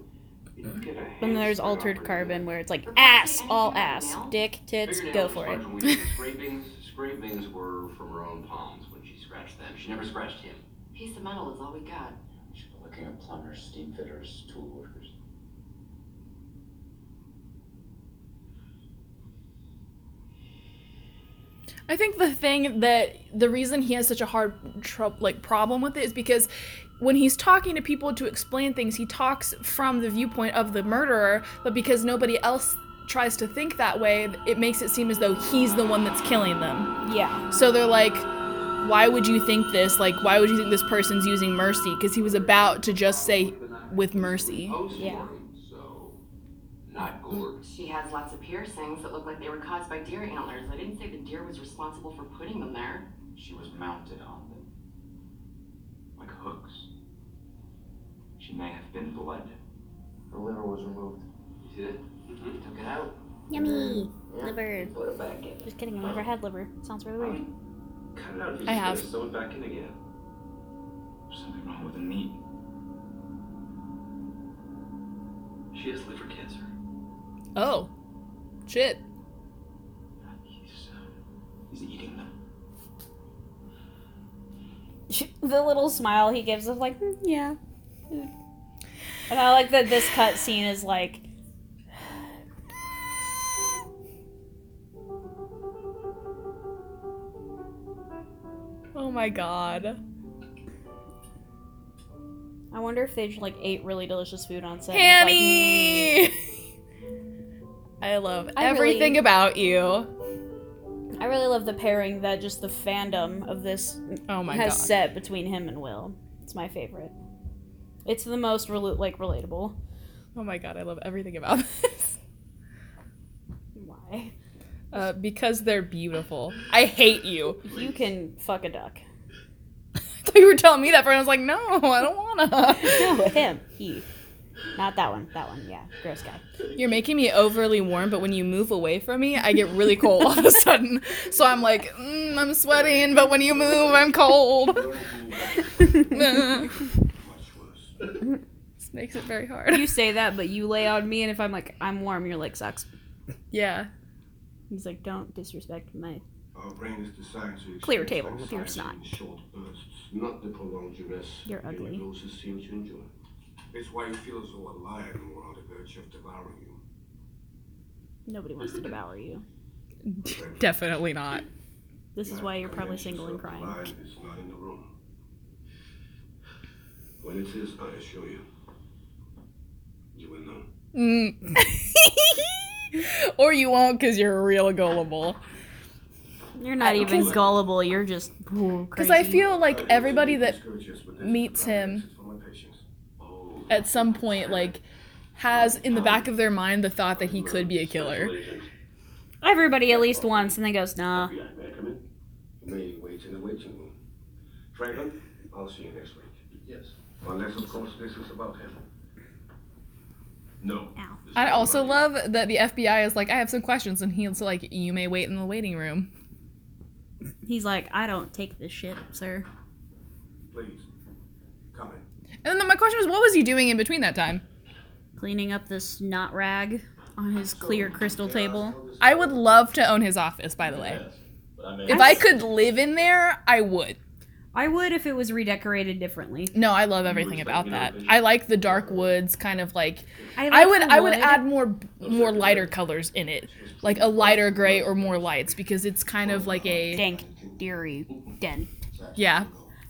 Speaker 2: And there's altered carbon where it's like ass, all ass, dick, tits, go for it.
Speaker 3: Scrapings, scrapings were from her own palms when she scratched them. She never scratched him.
Speaker 5: Piece of metal is all we got.
Speaker 3: She was looking at plumbers, steam fitters, tool workers.
Speaker 1: I think the thing that the reason he has such a hard trou- like problem with it is because when he's talking to people to explain things, he talks from the viewpoint of the murderer, but because nobody else tries to think that way, it makes it seem as though he's the one that's killing them.
Speaker 2: Yeah.
Speaker 1: So they're like, why would you think this? Like, why would you think this person's using mercy? Because he was about to just say with mercy.
Speaker 2: Yeah.
Speaker 3: So, not gore.
Speaker 5: She has lots of piercings that look like they were caused by deer antlers. I didn't say the deer was responsible for putting them there.
Speaker 3: She was mounted on them. Like hooks. She may have been blood.
Speaker 9: The liver was removed.
Speaker 3: You see that? Took it out.
Speaker 10: Yummy.
Speaker 5: Yeah.
Speaker 10: Liver.
Speaker 5: Put it back in.
Speaker 10: Just kidding, I've never had liver. Sounds really weird.
Speaker 7: Cut it out if you
Speaker 1: I have.
Speaker 7: Sew it back in again.
Speaker 3: There's something wrong with the meat. She has liver cancer.
Speaker 1: Oh. Shit.
Speaker 3: He's, uh, he's eating them.
Speaker 2: the little smile he gives of like, "Mm, yeah. And I like that this cut scene is like,
Speaker 1: Oh my god.
Speaker 2: I wonder if they just like ate really delicious food on set. and it's
Speaker 1: Hanny! I love
Speaker 2: I really-
Speaker 1: everything about you.
Speaker 2: like, "Mm." I really love the pairing that just the fandom of this
Speaker 1: Oh my
Speaker 2: has
Speaker 1: god.
Speaker 2: set between him and Will. It's my favorite. It's the most rela- like relatable.
Speaker 1: Oh my god, I love everything about this.
Speaker 2: Why?
Speaker 1: Uh, because they're beautiful. I hate you.
Speaker 2: You can fuck a duck.
Speaker 1: I thought you were telling me that, but I was like, no, I don't wanna.
Speaker 2: No, him. He. Not that one. That one. Yeah. Gross guy.
Speaker 1: You're making me overly warm, but when you move away from me, I get really cold all of a sudden. So I'm like, mm, I'm sweating, but when you move, I'm cold. this
Speaker 3: Much worse.
Speaker 1: makes it very hard.
Speaker 2: You say that, but you lay on me, and if I'm like, I'm warm, you're like, sucks.
Speaker 1: Yeah.
Speaker 2: He's like, don't disrespect my.
Speaker 8: Our brain is designed to
Speaker 2: Clear
Speaker 8: experience
Speaker 2: table,
Speaker 8: anxiety
Speaker 2: clear snot.
Speaker 8: in Short bursts, not the prolonged duress.
Speaker 2: You're
Speaker 8: many
Speaker 2: ugly.
Speaker 8: Roses seem to enjoy. It's why you feel so alive and we're on the verge of devouring you.
Speaker 2: Nobody wants to devour you.
Speaker 1: Definitely not.
Speaker 2: This is why you're probably
Speaker 8: Dimensions
Speaker 2: single and
Speaker 8: of the
Speaker 2: crying.
Speaker 8: Lion is not in the room. When it is, I assure you, you will know.
Speaker 1: Mm. or you won't because you're real gullible.
Speaker 2: You're not even gullible. You're just
Speaker 1: Because I feel like
Speaker 8: I
Speaker 1: everybody
Speaker 8: usually
Speaker 1: that
Speaker 8: discourage this, but this is
Speaker 1: meets
Speaker 8: the primary
Speaker 1: him-
Speaker 8: exit for my patients.
Speaker 3: Oh,
Speaker 1: at some point, like, has in the back of their mind the thought that he could be a killer.
Speaker 8: Special agent.
Speaker 2: everybody at least once, and then goes, nah.
Speaker 8: Yeah, may I come in? You may wait in the waiting room. Franklin, I'll see you next week. Yes. Unless, of course, this is about him.
Speaker 7: No.
Speaker 10: Ow.
Speaker 7: This is
Speaker 1: I
Speaker 7: not
Speaker 1: also
Speaker 7: about you.
Speaker 1: love that the FBI is like, I have some questions, and he's like, you may wait in the waiting room.
Speaker 2: He's like, I don't take this shit, sir.
Speaker 8: Please, come in.
Speaker 1: And then my question was, what was he doing in between that time?
Speaker 2: Cleaning up this knot rag on his clear crystal table.
Speaker 1: I would love to own his office, by the way.
Speaker 7: Yes, but I mean,
Speaker 1: If I could live in there, I would.
Speaker 2: I would if it was redecorated differently.
Speaker 1: No, I love everything about that. I like the dark woods, kind of like I
Speaker 2: like
Speaker 1: would
Speaker 2: the
Speaker 1: I would
Speaker 2: wood.
Speaker 1: add more more lighter colors in it, like a lighter gray or more lights, because it's kind of like a
Speaker 2: dank, deary, den.
Speaker 1: yeah.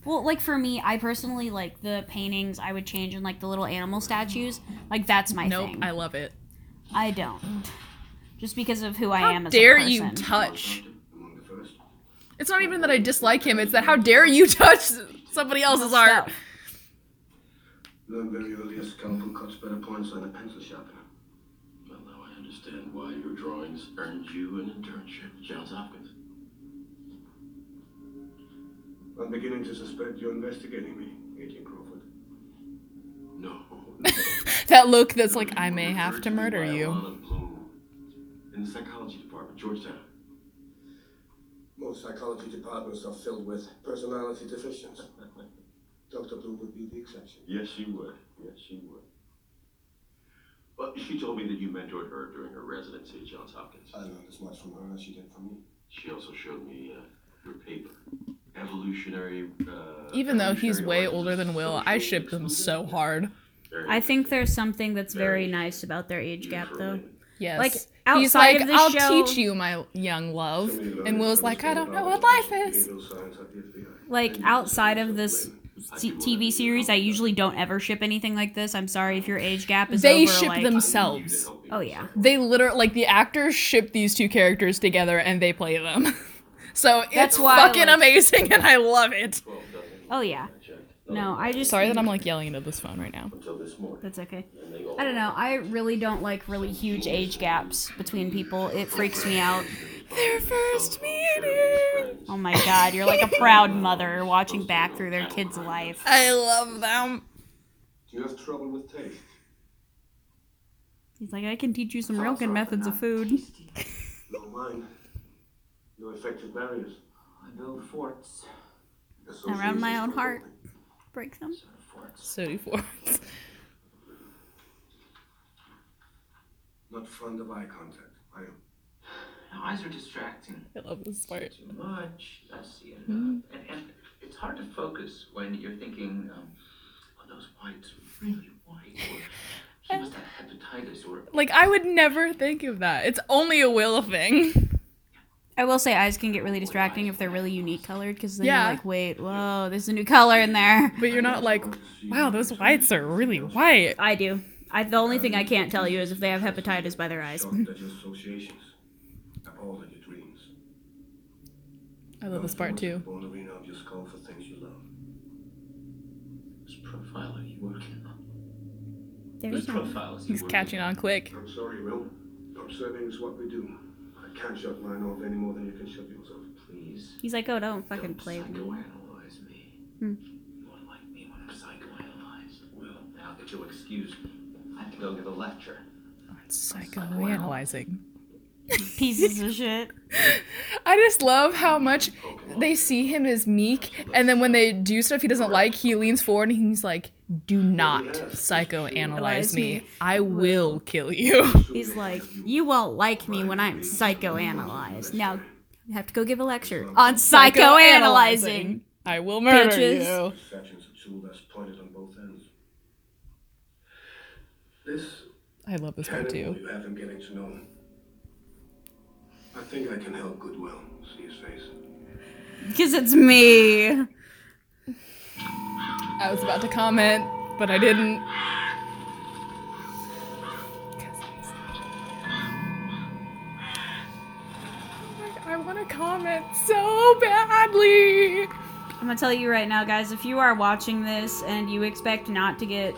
Speaker 2: Well, like for me, I personally like the paintings I would change and like the little animal statues. Like that's my
Speaker 1: Nope,
Speaker 2: thing.
Speaker 1: I love it.
Speaker 2: I don't. Just because of who I am
Speaker 1: How
Speaker 2: as
Speaker 1: dare
Speaker 2: a person.
Speaker 1: you touch?
Speaker 8: Among the first.
Speaker 1: It's not even that I dislike him. It's that how dare you touch somebody else's art?
Speaker 2: Stuff.
Speaker 8: Learn very early a scalpel cuts better points than a pencil sharpener.
Speaker 3: well, now I understand why your drawings earned you an internship at Johns Hopkins.
Speaker 8: I'm beginning to suspect you're investigating me, Agent Crawford.
Speaker 3: No.
Speaker 1: That look that's like I may have to murder you.
Speaker 3: Alana Bloom In the psychology department, Georgetown.
Speaker 8: Most psychology departments are filled with personality deficients. Dr. Bloom would be the exception.
Speaker 7: Yes, she would. Yes, she would.
Speaker 3: Well, she told me that you mentored her during her residency at Johns Hopkins.
Speaker 8: I learned as much from her as she did from me.
Speaker 3: She also showed me uh, your paper, evolutionary. Uh,
Speaker 1: Even though he's
Speaker 3: evolutionary
Speaker 1: way
Speaker 3: origins
Speaker 1: older than Will, I ship them so
Speaker 3: Yeah.
Speaker 1: hard.
Speaker 3: Very
Speaker 2: I think there's something that's very
Speaker 3: Very
Speaker 2: nice about their age gap, though.
Speaker 3: informative.
Speaker 1: Yes.
Speaker 2: Like,
Speaker 1: he's
Speaker 2: outside
Speaker 1: like,
Speaker 2: of the
Speaker 1: I'll
Speaker 2: show-
Speaker 1: teach you, my young love.
Speaker 8: Somebody learned
Speaker 1: And Will's
Speaker 8: from
Speaker 1: like, I don't know what
Speaker 8: Stanford
Speaker 1: life is.
Speaker 8: behavioral science at the FBI.
Speaker 2: Like
Speaker 8: And
Speaker 2: outside of
Speaker 8: use
Speaker 2: this
Speaker 8: it
Speaker 2: t- TV series, I usually don't ever ship anything like this. I'm sorry if your age gap is
Speaker 1: They
Speaker 2: over.
Speaker 1: ship
Speaker 2: like,
Speaker 1: themselves.
Speaker 2: Oh yeah.
Speaker 1: They literally, like, the actors ship these two characters together and they play them. so
Speaker 2: That's
Speaker 1: it's
Speaker 2: why I
Speaker 1: fucking
Speaker 2: like-
Speaker 1: amazing and I love it.
Speaker 2: Oh yeah. No, I just
Speaker 1: Sorry that I'm, like, yelling into this phone right now.
Speaker 7: until this morning.
Speaker 2: That's okay.
Speaker 7: And they all
Speaker 2: I don't know. I really don't like really huge age gaps between people. It freaks me out.
Speaker 1: Their first meeting.
Speaker 7: friends.
Speaker 2: Oh my god, you're like a proud mother watching back through their kid's life.
Speaker 1: I love them.
Speaker 8: Do you have trouble with taste?
Speaker 2: He's like, I can teach you some real
Speaker 8: Sounds
Speaker 2: good
Speaker 8: rough
Speaker 2: methods
Speaker 8: and
Speaker 2: of
Speaker 8: not
Speaker 2: food.
Speaker 8: tasty. No wine. No effective barriers.
Speaker 3: I build forts.
Speaker 2: Around my own
Speaker 8: Associations
Speaker 2: heart.
Speaker 8: don't open.
Speaker 2: Break them.
Speaker 3: Sort of forts.
Speaker 1: Sody forts.
Speaker 8: Not fond of eye contact. I am.
Speaker 3: Now, eyes are distracting.
Speaker 1: I love this part.
Speaker 3: Too much. I see
Speaker 1: Hmm.
Speaker 3: enough. And, and it's hard to focus when you're thinking, um, oh, those whites are really white. Or she must have hepatitis or
Speaker 1: Like I would never think of that. It's only a Willa thing.
Speaker 2: I will say eyes can get really distracting if they're really unique colored because then
Speaker 1: Yeah.
Speaker 2: you're like, wait, whoa, there's a new color in there.
Speaker 1: But you're not like, wow, those whites are really white.
Speaker 2: I do. I the only thing I can't tell you is if they have hepatitis by their eyes.
Speaker 8: Shocked at your associations. At all of your dreams.
Speaker 1: I love this part too.
Speaker 8: Bone arena of your skull for things you love.
Speaker 3: whose profile are you working on?
Speaker 2: There's
Speaker 3: Whose
Speaker 2: no
Speaker 3: profile is he
Speaker 1: He's
Speaker 3: working
Speaker 1: catching on quick.
Speaker 8: I'm sorry, Will. Observing is what we do. I can't shut mine off any more than you can shut yours off.
Speaker 3: Please.
Speaker 2: He's like, oh, don't
Speaker 3: Don't
Speaker 2: fucking play with me.
Speaker 3: psychoanalyze me.
Speaker 2: Hmm.
Speaker 3: You won't like me when I'm psychoanalyzed. Well, now that you'll excuse me, I have to go give a lecture.
Speaker 1: Psychoanalyzing.
Speaker 2: Pieces of shit.
Speaker 1: I just love how much they see him as meek, and then when they do stuff he doesn't like, he leans forward and he's like, "Do not psychoanalyze me. I will kill you."
Speaker 2: He's like, you won't like me when I'm psychoanalyzed. Now, you have to go give a lecture on psychoanalyzing.
Speaker 1: I will murder
Speaker 2: Bitches.
Speaker 1: you.
Speaker 8: Satchin's a tool that's pointed on both ends. This
Speaker 1: I love this part
Speaker 8: Animal
Speaker 1: too.
Speaker 8: You have him getting to know him. I think I can help Goodwill. See his face.
Speaker 2: Because it's me.
Speaker 1: I was about to comment, but I didn't. I want to comment so badly.
Speaker 2: I'm gonna tell you right now, guys, if you are watching this and you expect not to get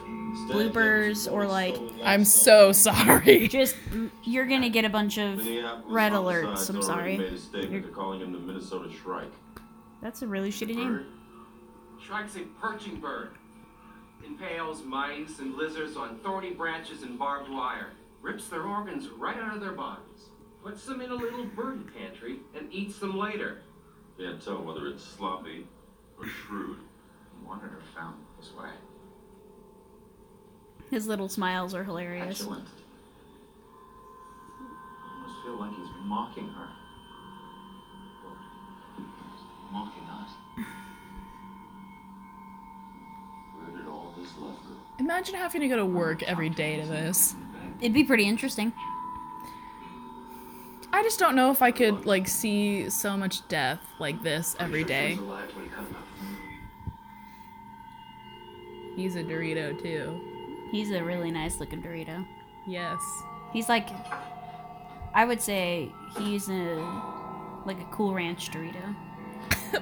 Speaker 2: bloopers or like
Speaker 1: I'm so sorry.
Speaker 2: just you're gonna get a bunch of red alerts. I'm sorry.
Speaker 7: Made a statement. They're calling him the Minnesota Shrike.
Speaker 2: That's a really shitty name.
Speaker 6: Shrike's a perching bird. Impales mice and lizards on thorny branches and barbed wire. Rips their organs right out of their bodies. Puts them in a little bird pantry and eats them later.
Speaker 7: Can't tell whether it's sloppy or shrewd.
Speaker 3: You wanted her found this way.
Speaker 2: His little smiles are hilarious.
Speaker 3: Excellent. I almost feel like he's mocking her. Or mocking us. Where did all this love go?
Speaker 1: Imagine having to go to work every day to this.
Speaker 2: It'd be pretty interesting.
Speaker 1: I just don't know if I could like see so much death like this every day. He's a Dorito too.
Speaker 2: He's a really nice looking Dorito.
Speaker 1: Yes.
Speaker 2: He's like, I would say he's a like a Cool Ranch Dorito.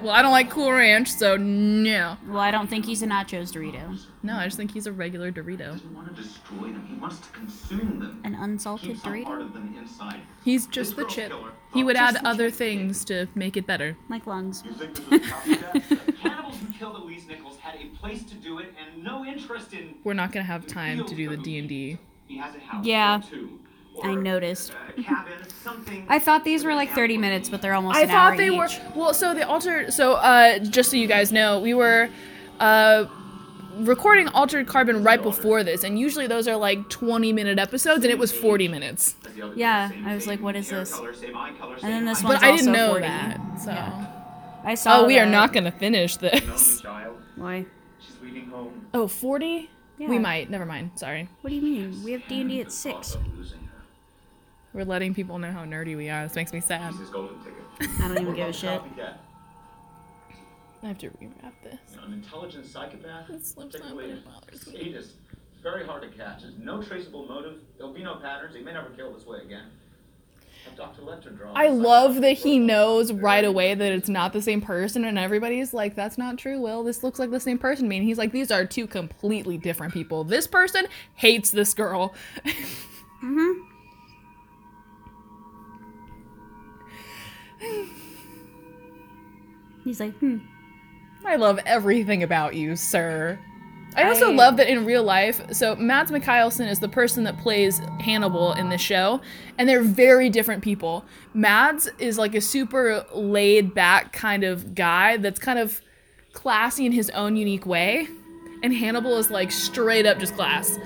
Speaker 1: well, I don't like Cool Ranch, so no.
Speaker 2: Well, I don't think he's a Nachos Dorito.
Speaker 1: No, I just think he's a regular Dorito.
Speaker 3: He doesn't want to destroy them. He wants to consume them.
Speaker 2: An unsalted
Speaker 3: Keep some part
Speaker 2: Dorito,
Speaker 3: of them inside.
Speaker 1: He's just the chip. He would add other things to make it better.
Speaker 2: like lungs.
Speaker 7: You think this is copycat?
Speaker 6: Cannibals who killed Elise Nichols had a place to do it and no interest in.
Speaker 1: We're not gonna have time to do the D and D.
Speaker 6: He has a house.
Speaker 2: Yeah.
Speaker 6: Or two,
Speaker 2: I
Speaker 6: or
Speaker 2: noticed.
Speaker 6: A cabin, something.
Speaker 2: I thought these were like 30 minutes, but they're almost.
Speaker 1: I
Speaker 2: an hour
Speaker 1: thought they
Speaker 2: each.
Speaker 1: were well. So the altered. So uh, just so you guys know, we were uh, recording altered carbon right before this, and usually those are like twenty minute episodes, and it was forty minutes.
Speaker 6: As the other
Speaker 2: Yeah,
Speaker 6: same-
Speaker 2: I was
Speaker 6: same
Speaker 2: like, what is
Speaker 6: hair
Speaker 2: this?
Speaker 6: Color, same eye color, same
Speaker 2: then this
Speaker 6: eye
Speaker 2: one-
Speaker 1: But
Speaker 2: One's
Speaker 1: I didn't
Speaker 2: also
Speaker 1: know
Speaker 2: 40.
Speaker 1: that. So
Speaker 2: I saw.
Speaker 1: oh, we are
Speaker 2: that.
Speaker 1: not gonna finish
Speaker 6: Lonely
Speaker 1: this.
Speaker 6: child.
Speaker 2: Why?
Speaker 6: She's leaving home.
Speaker 1: Oh, 40? We
Speaker 2: Yeah.
Speaker 1: might. Never mind. Sorry.
Speaker 2: What do you mean? We have D and D
Speaker 3: The
Speaker 2: at six.
Speaker 3: thought of losing her.
Speaker 1: We're letting people know how nerdy we are. This makes me sad.
Speaker 6: She's his golden ticket.
Speaker 2: I don't even give a shit.
Speaker 7: Copycat.
Speaker 1: I have to rewrap this.
Speaker 6: An intelligent psychopath,
Speaker 1: It slips up and
Speaker 6: particularly
Speaker 1: it bothers me.
Speaker 6: sadist, very hard to catch. There's no traceable motive. There'll be no patterns. He may never kill this way again. Have Dr. Lecter draw
Speaker 1: I
Speaker 6: on the
Speaker 1: love that
Speaker 6: psychological
Speaker 1: he
Speaker 6: profile.
Speaker 1: knows right away that it's not the same person, and everybody's like, "That's not true, Will. This looks like the same person." to Me and he's like, "These are two completely different people. This person hates this girl."
Speaker 2: Mm-hmm. He's like, hmm. hmm.
Speaker 1: I love everything about you, sir. I also
Speaker 2: I-
Speaker 1: love that in real life, so Mads Mikkelsen is the person that plays Hannibal in the show, and they're very different people. Mads is like a super laid back kind of guy that's kind of classy in his own unique way, and Hannibal is like straight up just class.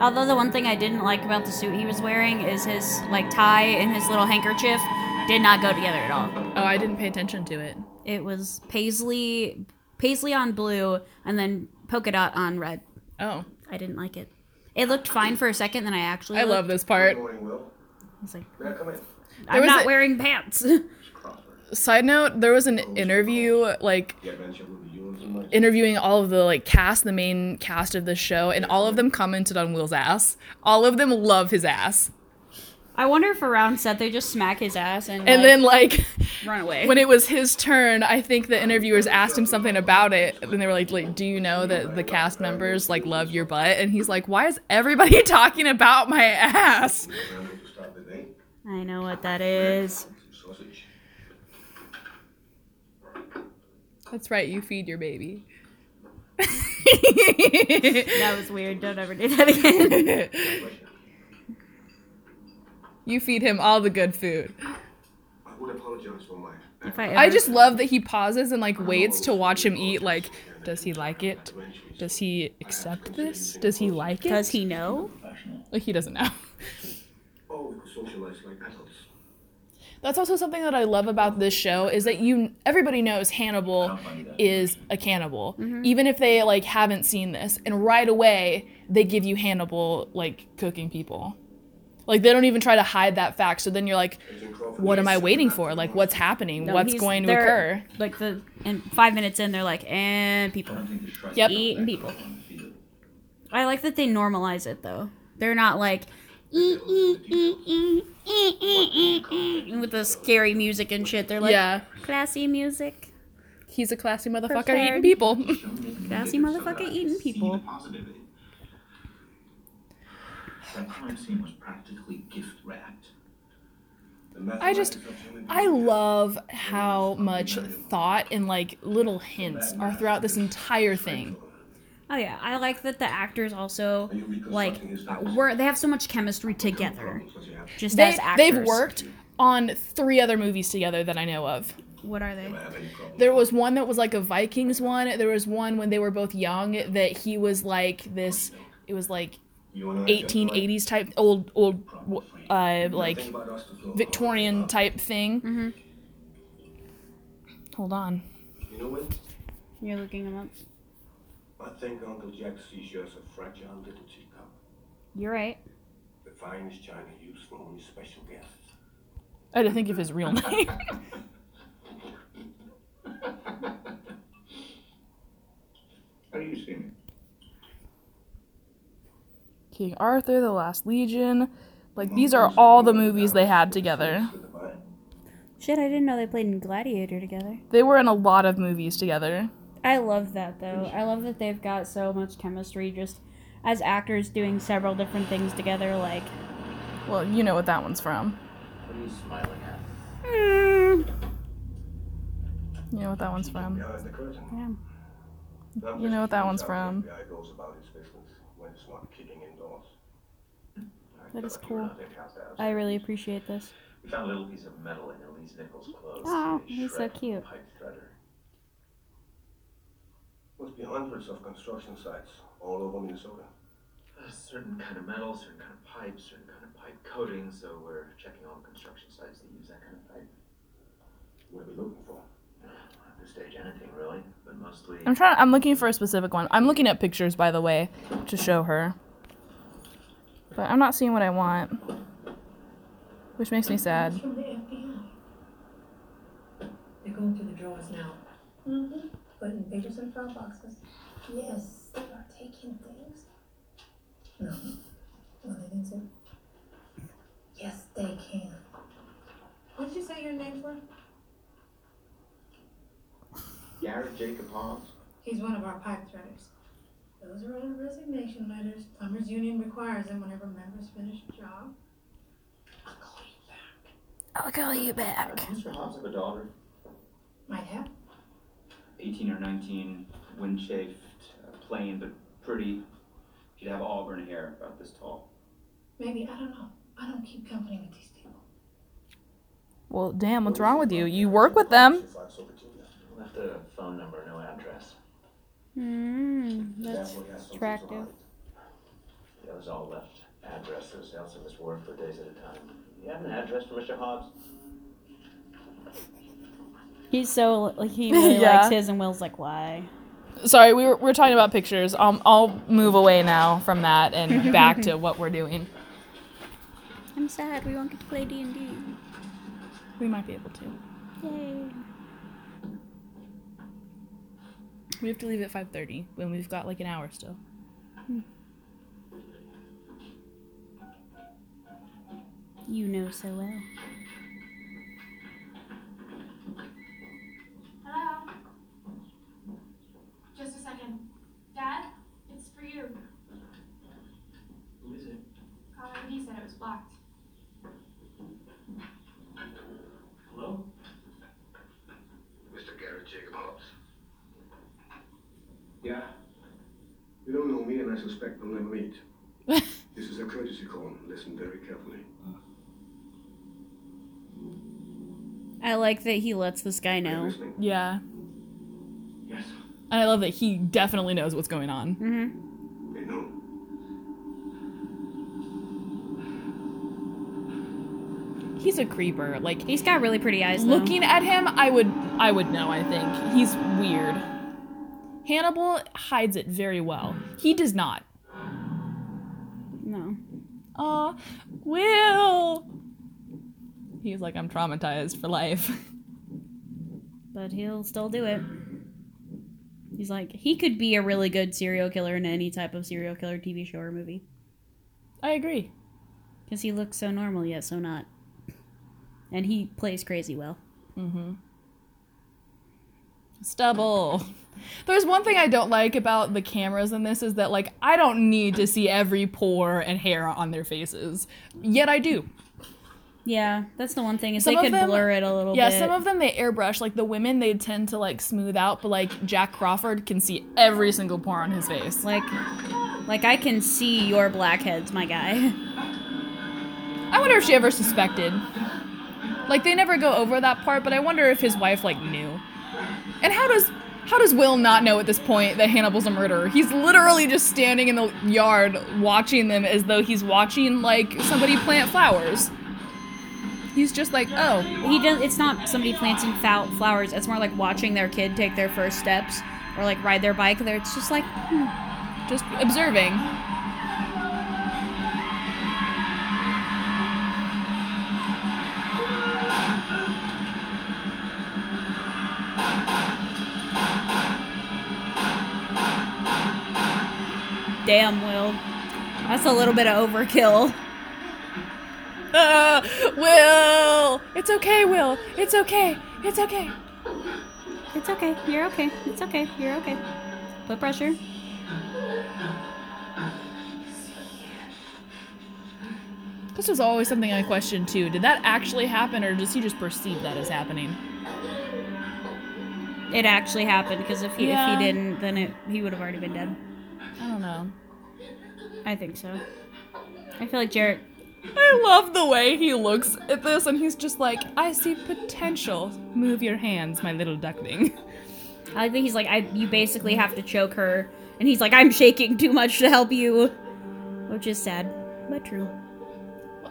Speaker 2: Although the one thing I didn't like about the suit he was wearing is his like tie and his little handkerchief did not go together at all.
Speaker 1: Oh, I didn't pay attention to it.
Speaker 2: It was paisley paisley on blue and then polka dot on red.
Speaker 1: Oh,
Speaker 2: I didn't like it. It looked fine for a second, then I actually
Speaker 1: I
Speaker 2: looked-
Speaker 1: love this part.
Speaker 8: Good morning, Will.
Speaker 2: I was like,
Speaker 8: May I come in?
Speaker 2: I'm
Speaker 1: was
Speaker 2: not
Speaker 1: a-
Speaker 2: wearing pants.
Speaker 8: Mr. Crawford.
Speaker 1: Side note: there was an interview like
Speaker 8: Yeah, man, shall we be doing some
Speaker 1: interviewing all of the like cast, the main cast of the show, and all of them commented on Will's ass. All of them love his ass.
Speaker 2: I wonder if around set they just smack his ass and,
Speaker 1: And
Speaker 2: like,
Speaker 1: then like eh.
Speaker 2: run away.
Speaker 1: when it was his turn, I think the interviewers asked him something about it, and they were like, like "Do you know that the cast members like love your butt?" And he's like, "Why is everybody talking about my ass?"
Speaker 8: Remember to stop at eight.
Speaker 2: I know what that is.
Speaker 8: Some sausage.
Speaker 1: That's right, you feed your baby.
Speaker 2: That was weird. Don't ever do that again.
Speaker 1: you feed him all the good food.
Speaker 8: I would apologize for my.
Speaker 2: If I, ever,
Speaker 1: I Oh, just love that he pauses and like waits to watch him eat. Like, does he like it? Does he accept this? Does he like it?
Speaker 2: does he know?
Speaker 1: Like, he doesn't know.
Speaker 8: Oh, socialize like adults.
Speaker 1: That's also something that I love about this show is that you everybody knows Hannibal is a cannibal,
Speaker 2: Mm-hmm.
Speaker 1: even if they like haven't seen this. And right away, they give you Hannibal like cooking people. Like they don't even try to hide that fact. So then you're like,
Speaker 8: Agent Crawford.
Speaker 1: what am I waiting for? Like what's happening?
Speaker 2: No,
Speaker 1: what's
Speaker 2: he's-
Speaker 1: going to
Speaker 2: they're-
Speaker 1: occur?
Speaker 2: Like the and five minutes in, they're like, and people
Speaker 1: Yep.
Speaker 2: eating people. I like that they normalize it though. They're not like "Ee, ee, ee, ee, ee, ee, ee, ee," with the scary music and shit. They're like
Speaker 1: yeah,
Speaker 2: classy music,
Speaker 1: he's a classy motherfucker
Speaker 2: Prepared.
Speaker 1: eating people.
Speaker 2: classy motherfucker eating people.
Speaker 3: Positivity. That crime scene was practically gift wrapped.
Speaker 1: I just- I love how much thought and like little hints are throughout this entire thing.
Speaker 2: Oh yeah, I like that the actors also like were they have so much chemistry together. Just
Speaker 1: They,
Speaker 2: as actors,
Speaker 1: they've worked on three other movies together that I know of.
Speaker 2: What are they?
Speaker 1: There was one that was like a Vikings one. There was one when they were both young that he was like this. It was like 1880s type old old uh, like Victorian type thing. Hold on.
Speaker 8: You know what?
Speaker 2: You're looking them up.
Speaker 8: I think Uncle Jack sees you as a fragile little teacup.
Speaker 2: You're right.
Speaker 8: The finest china used for only special guests.
Speaker 1: I had to think of his real name.
Speaker 3: How do you see me?
Speaker 1: King Arthur, The Last Legion. Like these are all the movies they had together.
Speaker 8: For the vine.
Speaker 2: Shit, I didn't know they played in Gladiator together.
Speaker 1: They were in a lot of movies together.
Speaker 2: I love that though. I love that they've got so much chemistry just as actors doing several different things together. Like,
Speaker 1: Well, you know what that one's from.
Speaker 11: What are you smiling at?
Speaker 2: Mm.
Speaker 1: You know what that one's from.
Speaker 8: Behind the curtain.
Speaker 2: yeah.
Speaker 8: I'm
Speaker 1: Um, You know what
Speaker 8: just
Speaker 1: that
Speaker 8: curious
Speaker 1: one's
Speaker 8: how the
Speaker 1: from.
Speaker 8: FBI goes about its business when it's not kicking indoors.
Speaker 2: That is
Speaker 8: Like,
Speaker 2: cool.
Speaker 8: around their house hours.
Speaker 2: I really appreciate this.
Speaker 11: We found a little piece of metal in Elise Nichols' clothes.
Speaker 2: Oh,
Speaker 11: It
Speaker 2: he's so
Speaker 11: shredded
Speaker 2: cute.
Speaker 11: Pipe threader.
Speaker 8: Must be hundreds of construction sites all over Minnesota.
Speaker 11: A certain kind of metal, certain kind of pipe, certain kind of pipe coating. So we're checking all the construction sites that use that kind of pipe.
Speaker 8: What are we looking for?
Speaker 11: Not to stage anything really, but mostly
Speaker 1: I'm trying. I'm looking for a specific one. I'm looking at pictures, by the way, to show her. But I'm not seeing what I want, which makes me sad.
Speaker 12: From the FBI. They're going through the drawers now. Mm-hmm. Putting pictures in file boxes. Yes, they are taking things. No. No, they didn't say. Yes, they can. What did you say your name for?
Speaker 8: Garrett Jacob Hobbs.
Speaker 12: He's one of our pipe threaders. Those are all resignation letters. Plumbers Union requires them whenever members finish a job. I'll call you back.
Speaker 1: I'll call you back.
Speaker 11: Does Mr. Hobbs have a daughter.
Speaker 12: Might have.
Speaker 3: 18 or 19, wind chafed, uh, plain but
Speaker 13: pretty. She'd have auburn hair about this tall.
Speaker 14: Maybe, I don't know. I don't keep company with these people.
Speaker 1: Well, damn, what's wrong with you? You work with them.
Speaker 3: Left a phone number, no address.
Speaker 2: Mm,
Speaker 3: that's
Speaker 2: that's attractive.
Speaker 3: It was all left addresses. They also missed work for days at a time. You have an address for Mr. Hobbs?
Speaker 2: He's so like he really
Speaker 1: Yeah.
Speaker 2: likes his, and Will's like, why?
Speaker 1: Sorry, we were, we are talking about pictures. Um, I'll move away now from that and back to what we're doing.
Speaker 2: I'm sad. We won't get to play D and D.
Speaker 1: We might be able to.
Speaker 2: Yay!
Speaker 1: We have to leave at 5:30 when we've got like an hour still.
Speaker 2: You know so well.
Speaker 15: Hello? Just a second. Dad, it's for you.
Speaker 3: Who is it?
Speaker 15: Caller
Speaker 5: Uh,
Speaker 15: ID said it was blocked.
Speaker 3: Hello?
Speaker 8: Mr. Garrett Jacob Hobbs.
Speaker 3: Yeah.
Speaker 8: You don't know me, and I suspect we'll never meet. this is a courtesy call. Listen very carefully.
Speaker 2: I like that he lets this guy know.
Speaker 1: Yeah.
Speaker 8: Yes.
Speaker 1: And I love that he definitely knows what's going on.
Speaker 2: Mm-hmm.
Speaker 8: They know.
Speaker 1: He's a creeper. Like
Speaker 2: He's got really pretty eyes. Though.
Speaker 1: looking at him, I would I would know, I think. He's weird. Hannibal hides it very well. He does not.
Speaker 2: No.
Speaker 1: Aw, Will. He's like, I'm traumatized for life.
Speaker 2: But he'll still do it. He's like, he could be a really good serial killer in any type of serial killer TV show or movie.
Speaker 1: I agree.
Speaker 2: Because he looks so normal, yet so not. And he plays crazy well.
Speaker 1: Mm-hmm. Stubble. There's one thing I don't like about the cameras in this is that like I don't need to see every pore and hair on their faces. Yet I do.
Speaker 2: Yeah, that's the one thing, is
Speaker 1: Some
Speaker 2: they
Speaker 1: of
Speaker 2: could
Speaker 1: them-
Speaker 2: blur it a little
Speaker 1: yeah,
Speaker 2: bit.
Speaker 1: some of them they airbrush. Like the women they tend to like smooth out, but like Jack Crawford can see every single pore on his face.
Speaker 2: Like Like, I can see your blackheads, my guy.
Speaker 1: I wonder if she ever suspected. Like they never go over that part, but I wonder if his wife like knew. And how does how does Will not know at this point that Hannibal's a murderer? He's literally just standing in the yard watching them as though he's watching like somebody plant flowers. He's just like, oh.
Speaker 2: He does. It's not somebody planting fou- flowers. It's more like watching their kid take their first steps or like ride their bike. There, it's just like, hmm.
Speaker 1: just observing.
Speaker 2: Damn, Will, that's a little bit of overkill.
Speaker 1: Uh, Will, it's okay, Will. It's okay. It's okay.
Speaker 2: It's okay. You're okay. It's okay. You're okay. Put pressure.
Speaker 1: This was always something I questioned too. Did that actually happen, or does he just perceive that as happening?
Speaker 2: It actually happened because if he
Speaker 1: Yeah.
Speaker 2: if he didn't, then it he would have already been dead.
Speaker 1: I don't know.
Speaker 2: I think so. I feel like Jarrett.
Speaker 1: I love the way he looks at this, and he's just like, "I see potential. Move your hands, my little duckling."
Speaker 2: I like that he's like, I you basically have to choke her, and he's like, I'm shaking too much to help you, which is sad but true.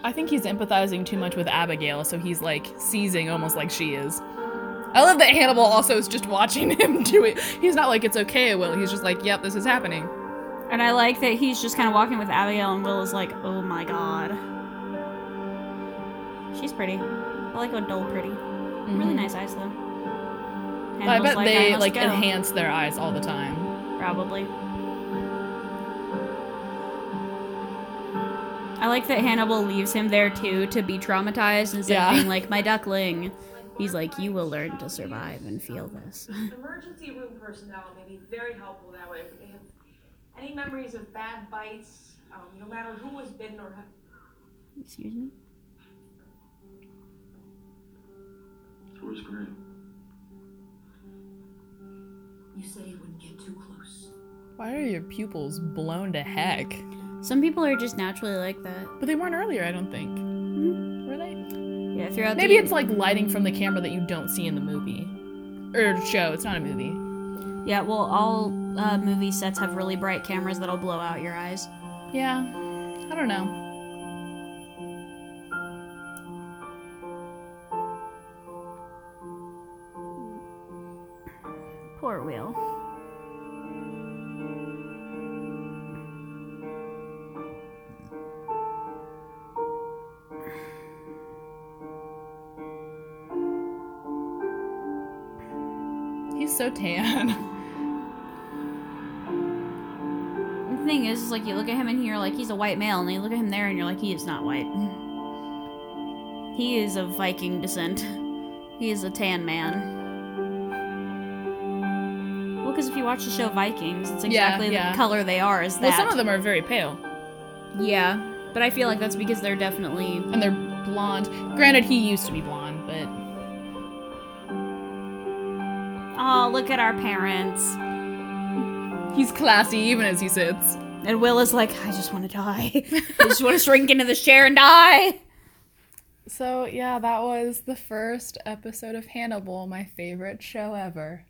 Speaker 1: I think he's empathizing too much with Abigail, so he's like seizing almost like she is. I love that Hannibal also is just watching him do it. He's not like, "It's okay, Will." He's just like, "Yep, this is happening."
Speaker 2: And I like that he's just kind of walking with Abigail, and Will is like, oh my god. She's pretty. I like adult pretty. Really nice eyes, though.
Speaker 1: I
Speaker 2: Hannibal's
Speaker 1: bet they
Speaker 2: must
Speaker 1: like
Speaker 2: go."
Speaker 1: enhance their eyes all the time.
Speaker 2: Probably. I like that Hannibal leaves him there, too, to be traumatized instead
Speaker 1: Yeah.
Speaker 2: of being like, my duckling. He's like, you will learn to survive and feel this.
Speaker 5: Emergency room personnel may be very helpful that way. If they have any memories of bad bites, um, no matter who was bitten or
Speaker 2: Excuse me?
Speaker 3: Where's Graham?
Speaker 16: You said he wouldn't get too close.
Speaker 1: Why are your pupils blown to heck?
Speaker 2: Some people are just naturally like that.
Speaker 1: But they weren't earlier, I don't think.
Speaker 2: Mm-hmm.
Speaker 1: Were they?
Speaker 2: Yeah, throughout
Speaker 1: Maybe
Speaker 2: the-
Speaker 1: it's like lighting from the camera that you don't see in the movie. Or show, it's not a movie.
Speaker 2: Yeah, well, all uh, movie sets have really bright cameras that'll blow out your eyes.
Speaker 1: Yeah. I don't know.
Speaker 2: Poor Will.
Speaker 1: He's so tan.
Speaker 2: The thing is, is like you look at him and you're like, he's a white male, and you look at him there and you're like, he is not white. He is of Viking descent. He is a tan man. Well, because if you watch the show Vikings, it's
Speaker 1: Yeah,
Speaker 2: exactly
Speaker 1: yeah.
Speaker 2: the color they are. Is that?
Speaker 1: well, some of them are very pale.
Speaker 2: Yeah, but I feel like that's because they're definitely
Speaker 1: And they're blonde. Granted, he used to be blonde, but.
Speaker 2: Oh, look at our parents.
Speaker 1: He's classy even as he sits.
Speaker 2: And Will is like, I just want to die. I just want to shrink into this chair and die.
Speaker 17: So yeah, that was the first episode of Hannibal, my favorite show ever.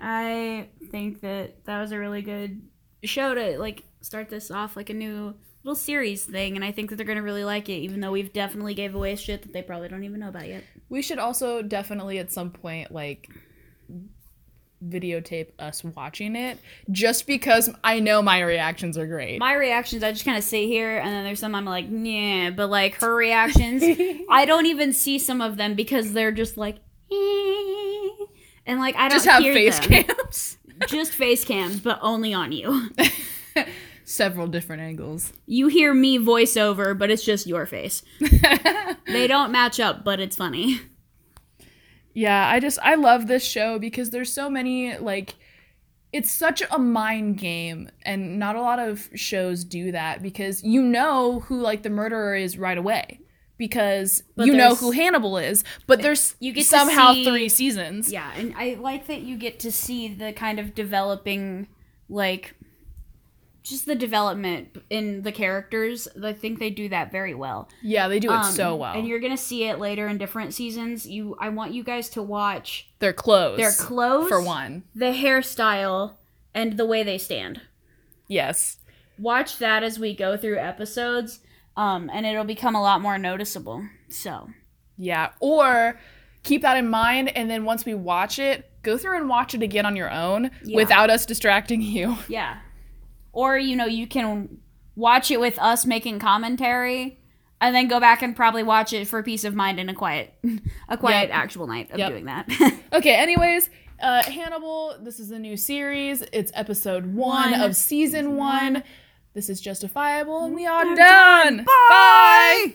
Speaker 2: I think that that was a really good show to like start this off like a new little series thing, and I think that they're gonna really like it, even though we've definitely gave away shit that they probably don't even know about yet.
Speaker 1: We should also definitely at some point like videotape us watching it just because I know my reactions are great.
Speaker 2: My reactions, I just kind of sit here, and then there's some I'm like, yeah, but like her reactions, I don't even see some of them because they're just like, "Eh," and like I don't
Speaker 1: Just have
Speaker 2: hear
Speaker 1: face
Speaker 2: them.
Speaker 1: cams.
Speaker 2: just face cams, but only on you.
Speaker 1: Several different angles.
Speaker 2: You hear me voiceover, but it's just your face. they don't match up, but it's funny.
Speaker 1: Yeah, I just I love this show because there's so many like it's such a mind game and not a lot of shows do that because you know who like the murderer is right away because
Speaker 2: But
Speaker 1: you know
Speaker 2: there's-
Speaker 1: who Hannibal is, but there's
Speaker 2: You get to
Speaker 1: somehow
Speaker 2: see-
Speaker 1: three seasons.
Speaker 2: Yeah, and I like that you get to see the kind of developing, like, just the development in the characters. I think they do that very well.
Speaker 1: Yeah, they do it so well.
Speaker 2: Um, And you're gonna see it later in different seasons. You, I want you guys to watch
Speaker 1: Their clothes.
Speaker 2: their clothes
Speaker 1: for one.
Speaker 2: the hairstyle, and the way they stand.
Speaker 1: Yes.
Speaker 2: Watch that as we go through episodes, um, and it'll become a lot more noticeable. So.
Speaker 1: Yeah, or keep that in mind and then once we watch it, go through and watch it again on your own
Speaker 2: Yeah.
Speaker 1: without us distracting you.
Speaker 2: Yeah. Or, you know, you can watch it with us making commentary and then go back and probably watch it for peace of mind in a quiet a quiet
Speaker 1: Yep.
Speaker 2: actual night of
Speaker 1: Yep.
Speaker 2: doing that.
Speaker 1: Okay, anyways, uh, Hannibal, this is a new series. It's episode one,
Speaker 2: One.
Speaker 1: of season one. This is justifiable, and we are
Speaker 2: I'm
Speaker 1: done.
Speaker 2: done. Bye.
Speaker 1: Bye.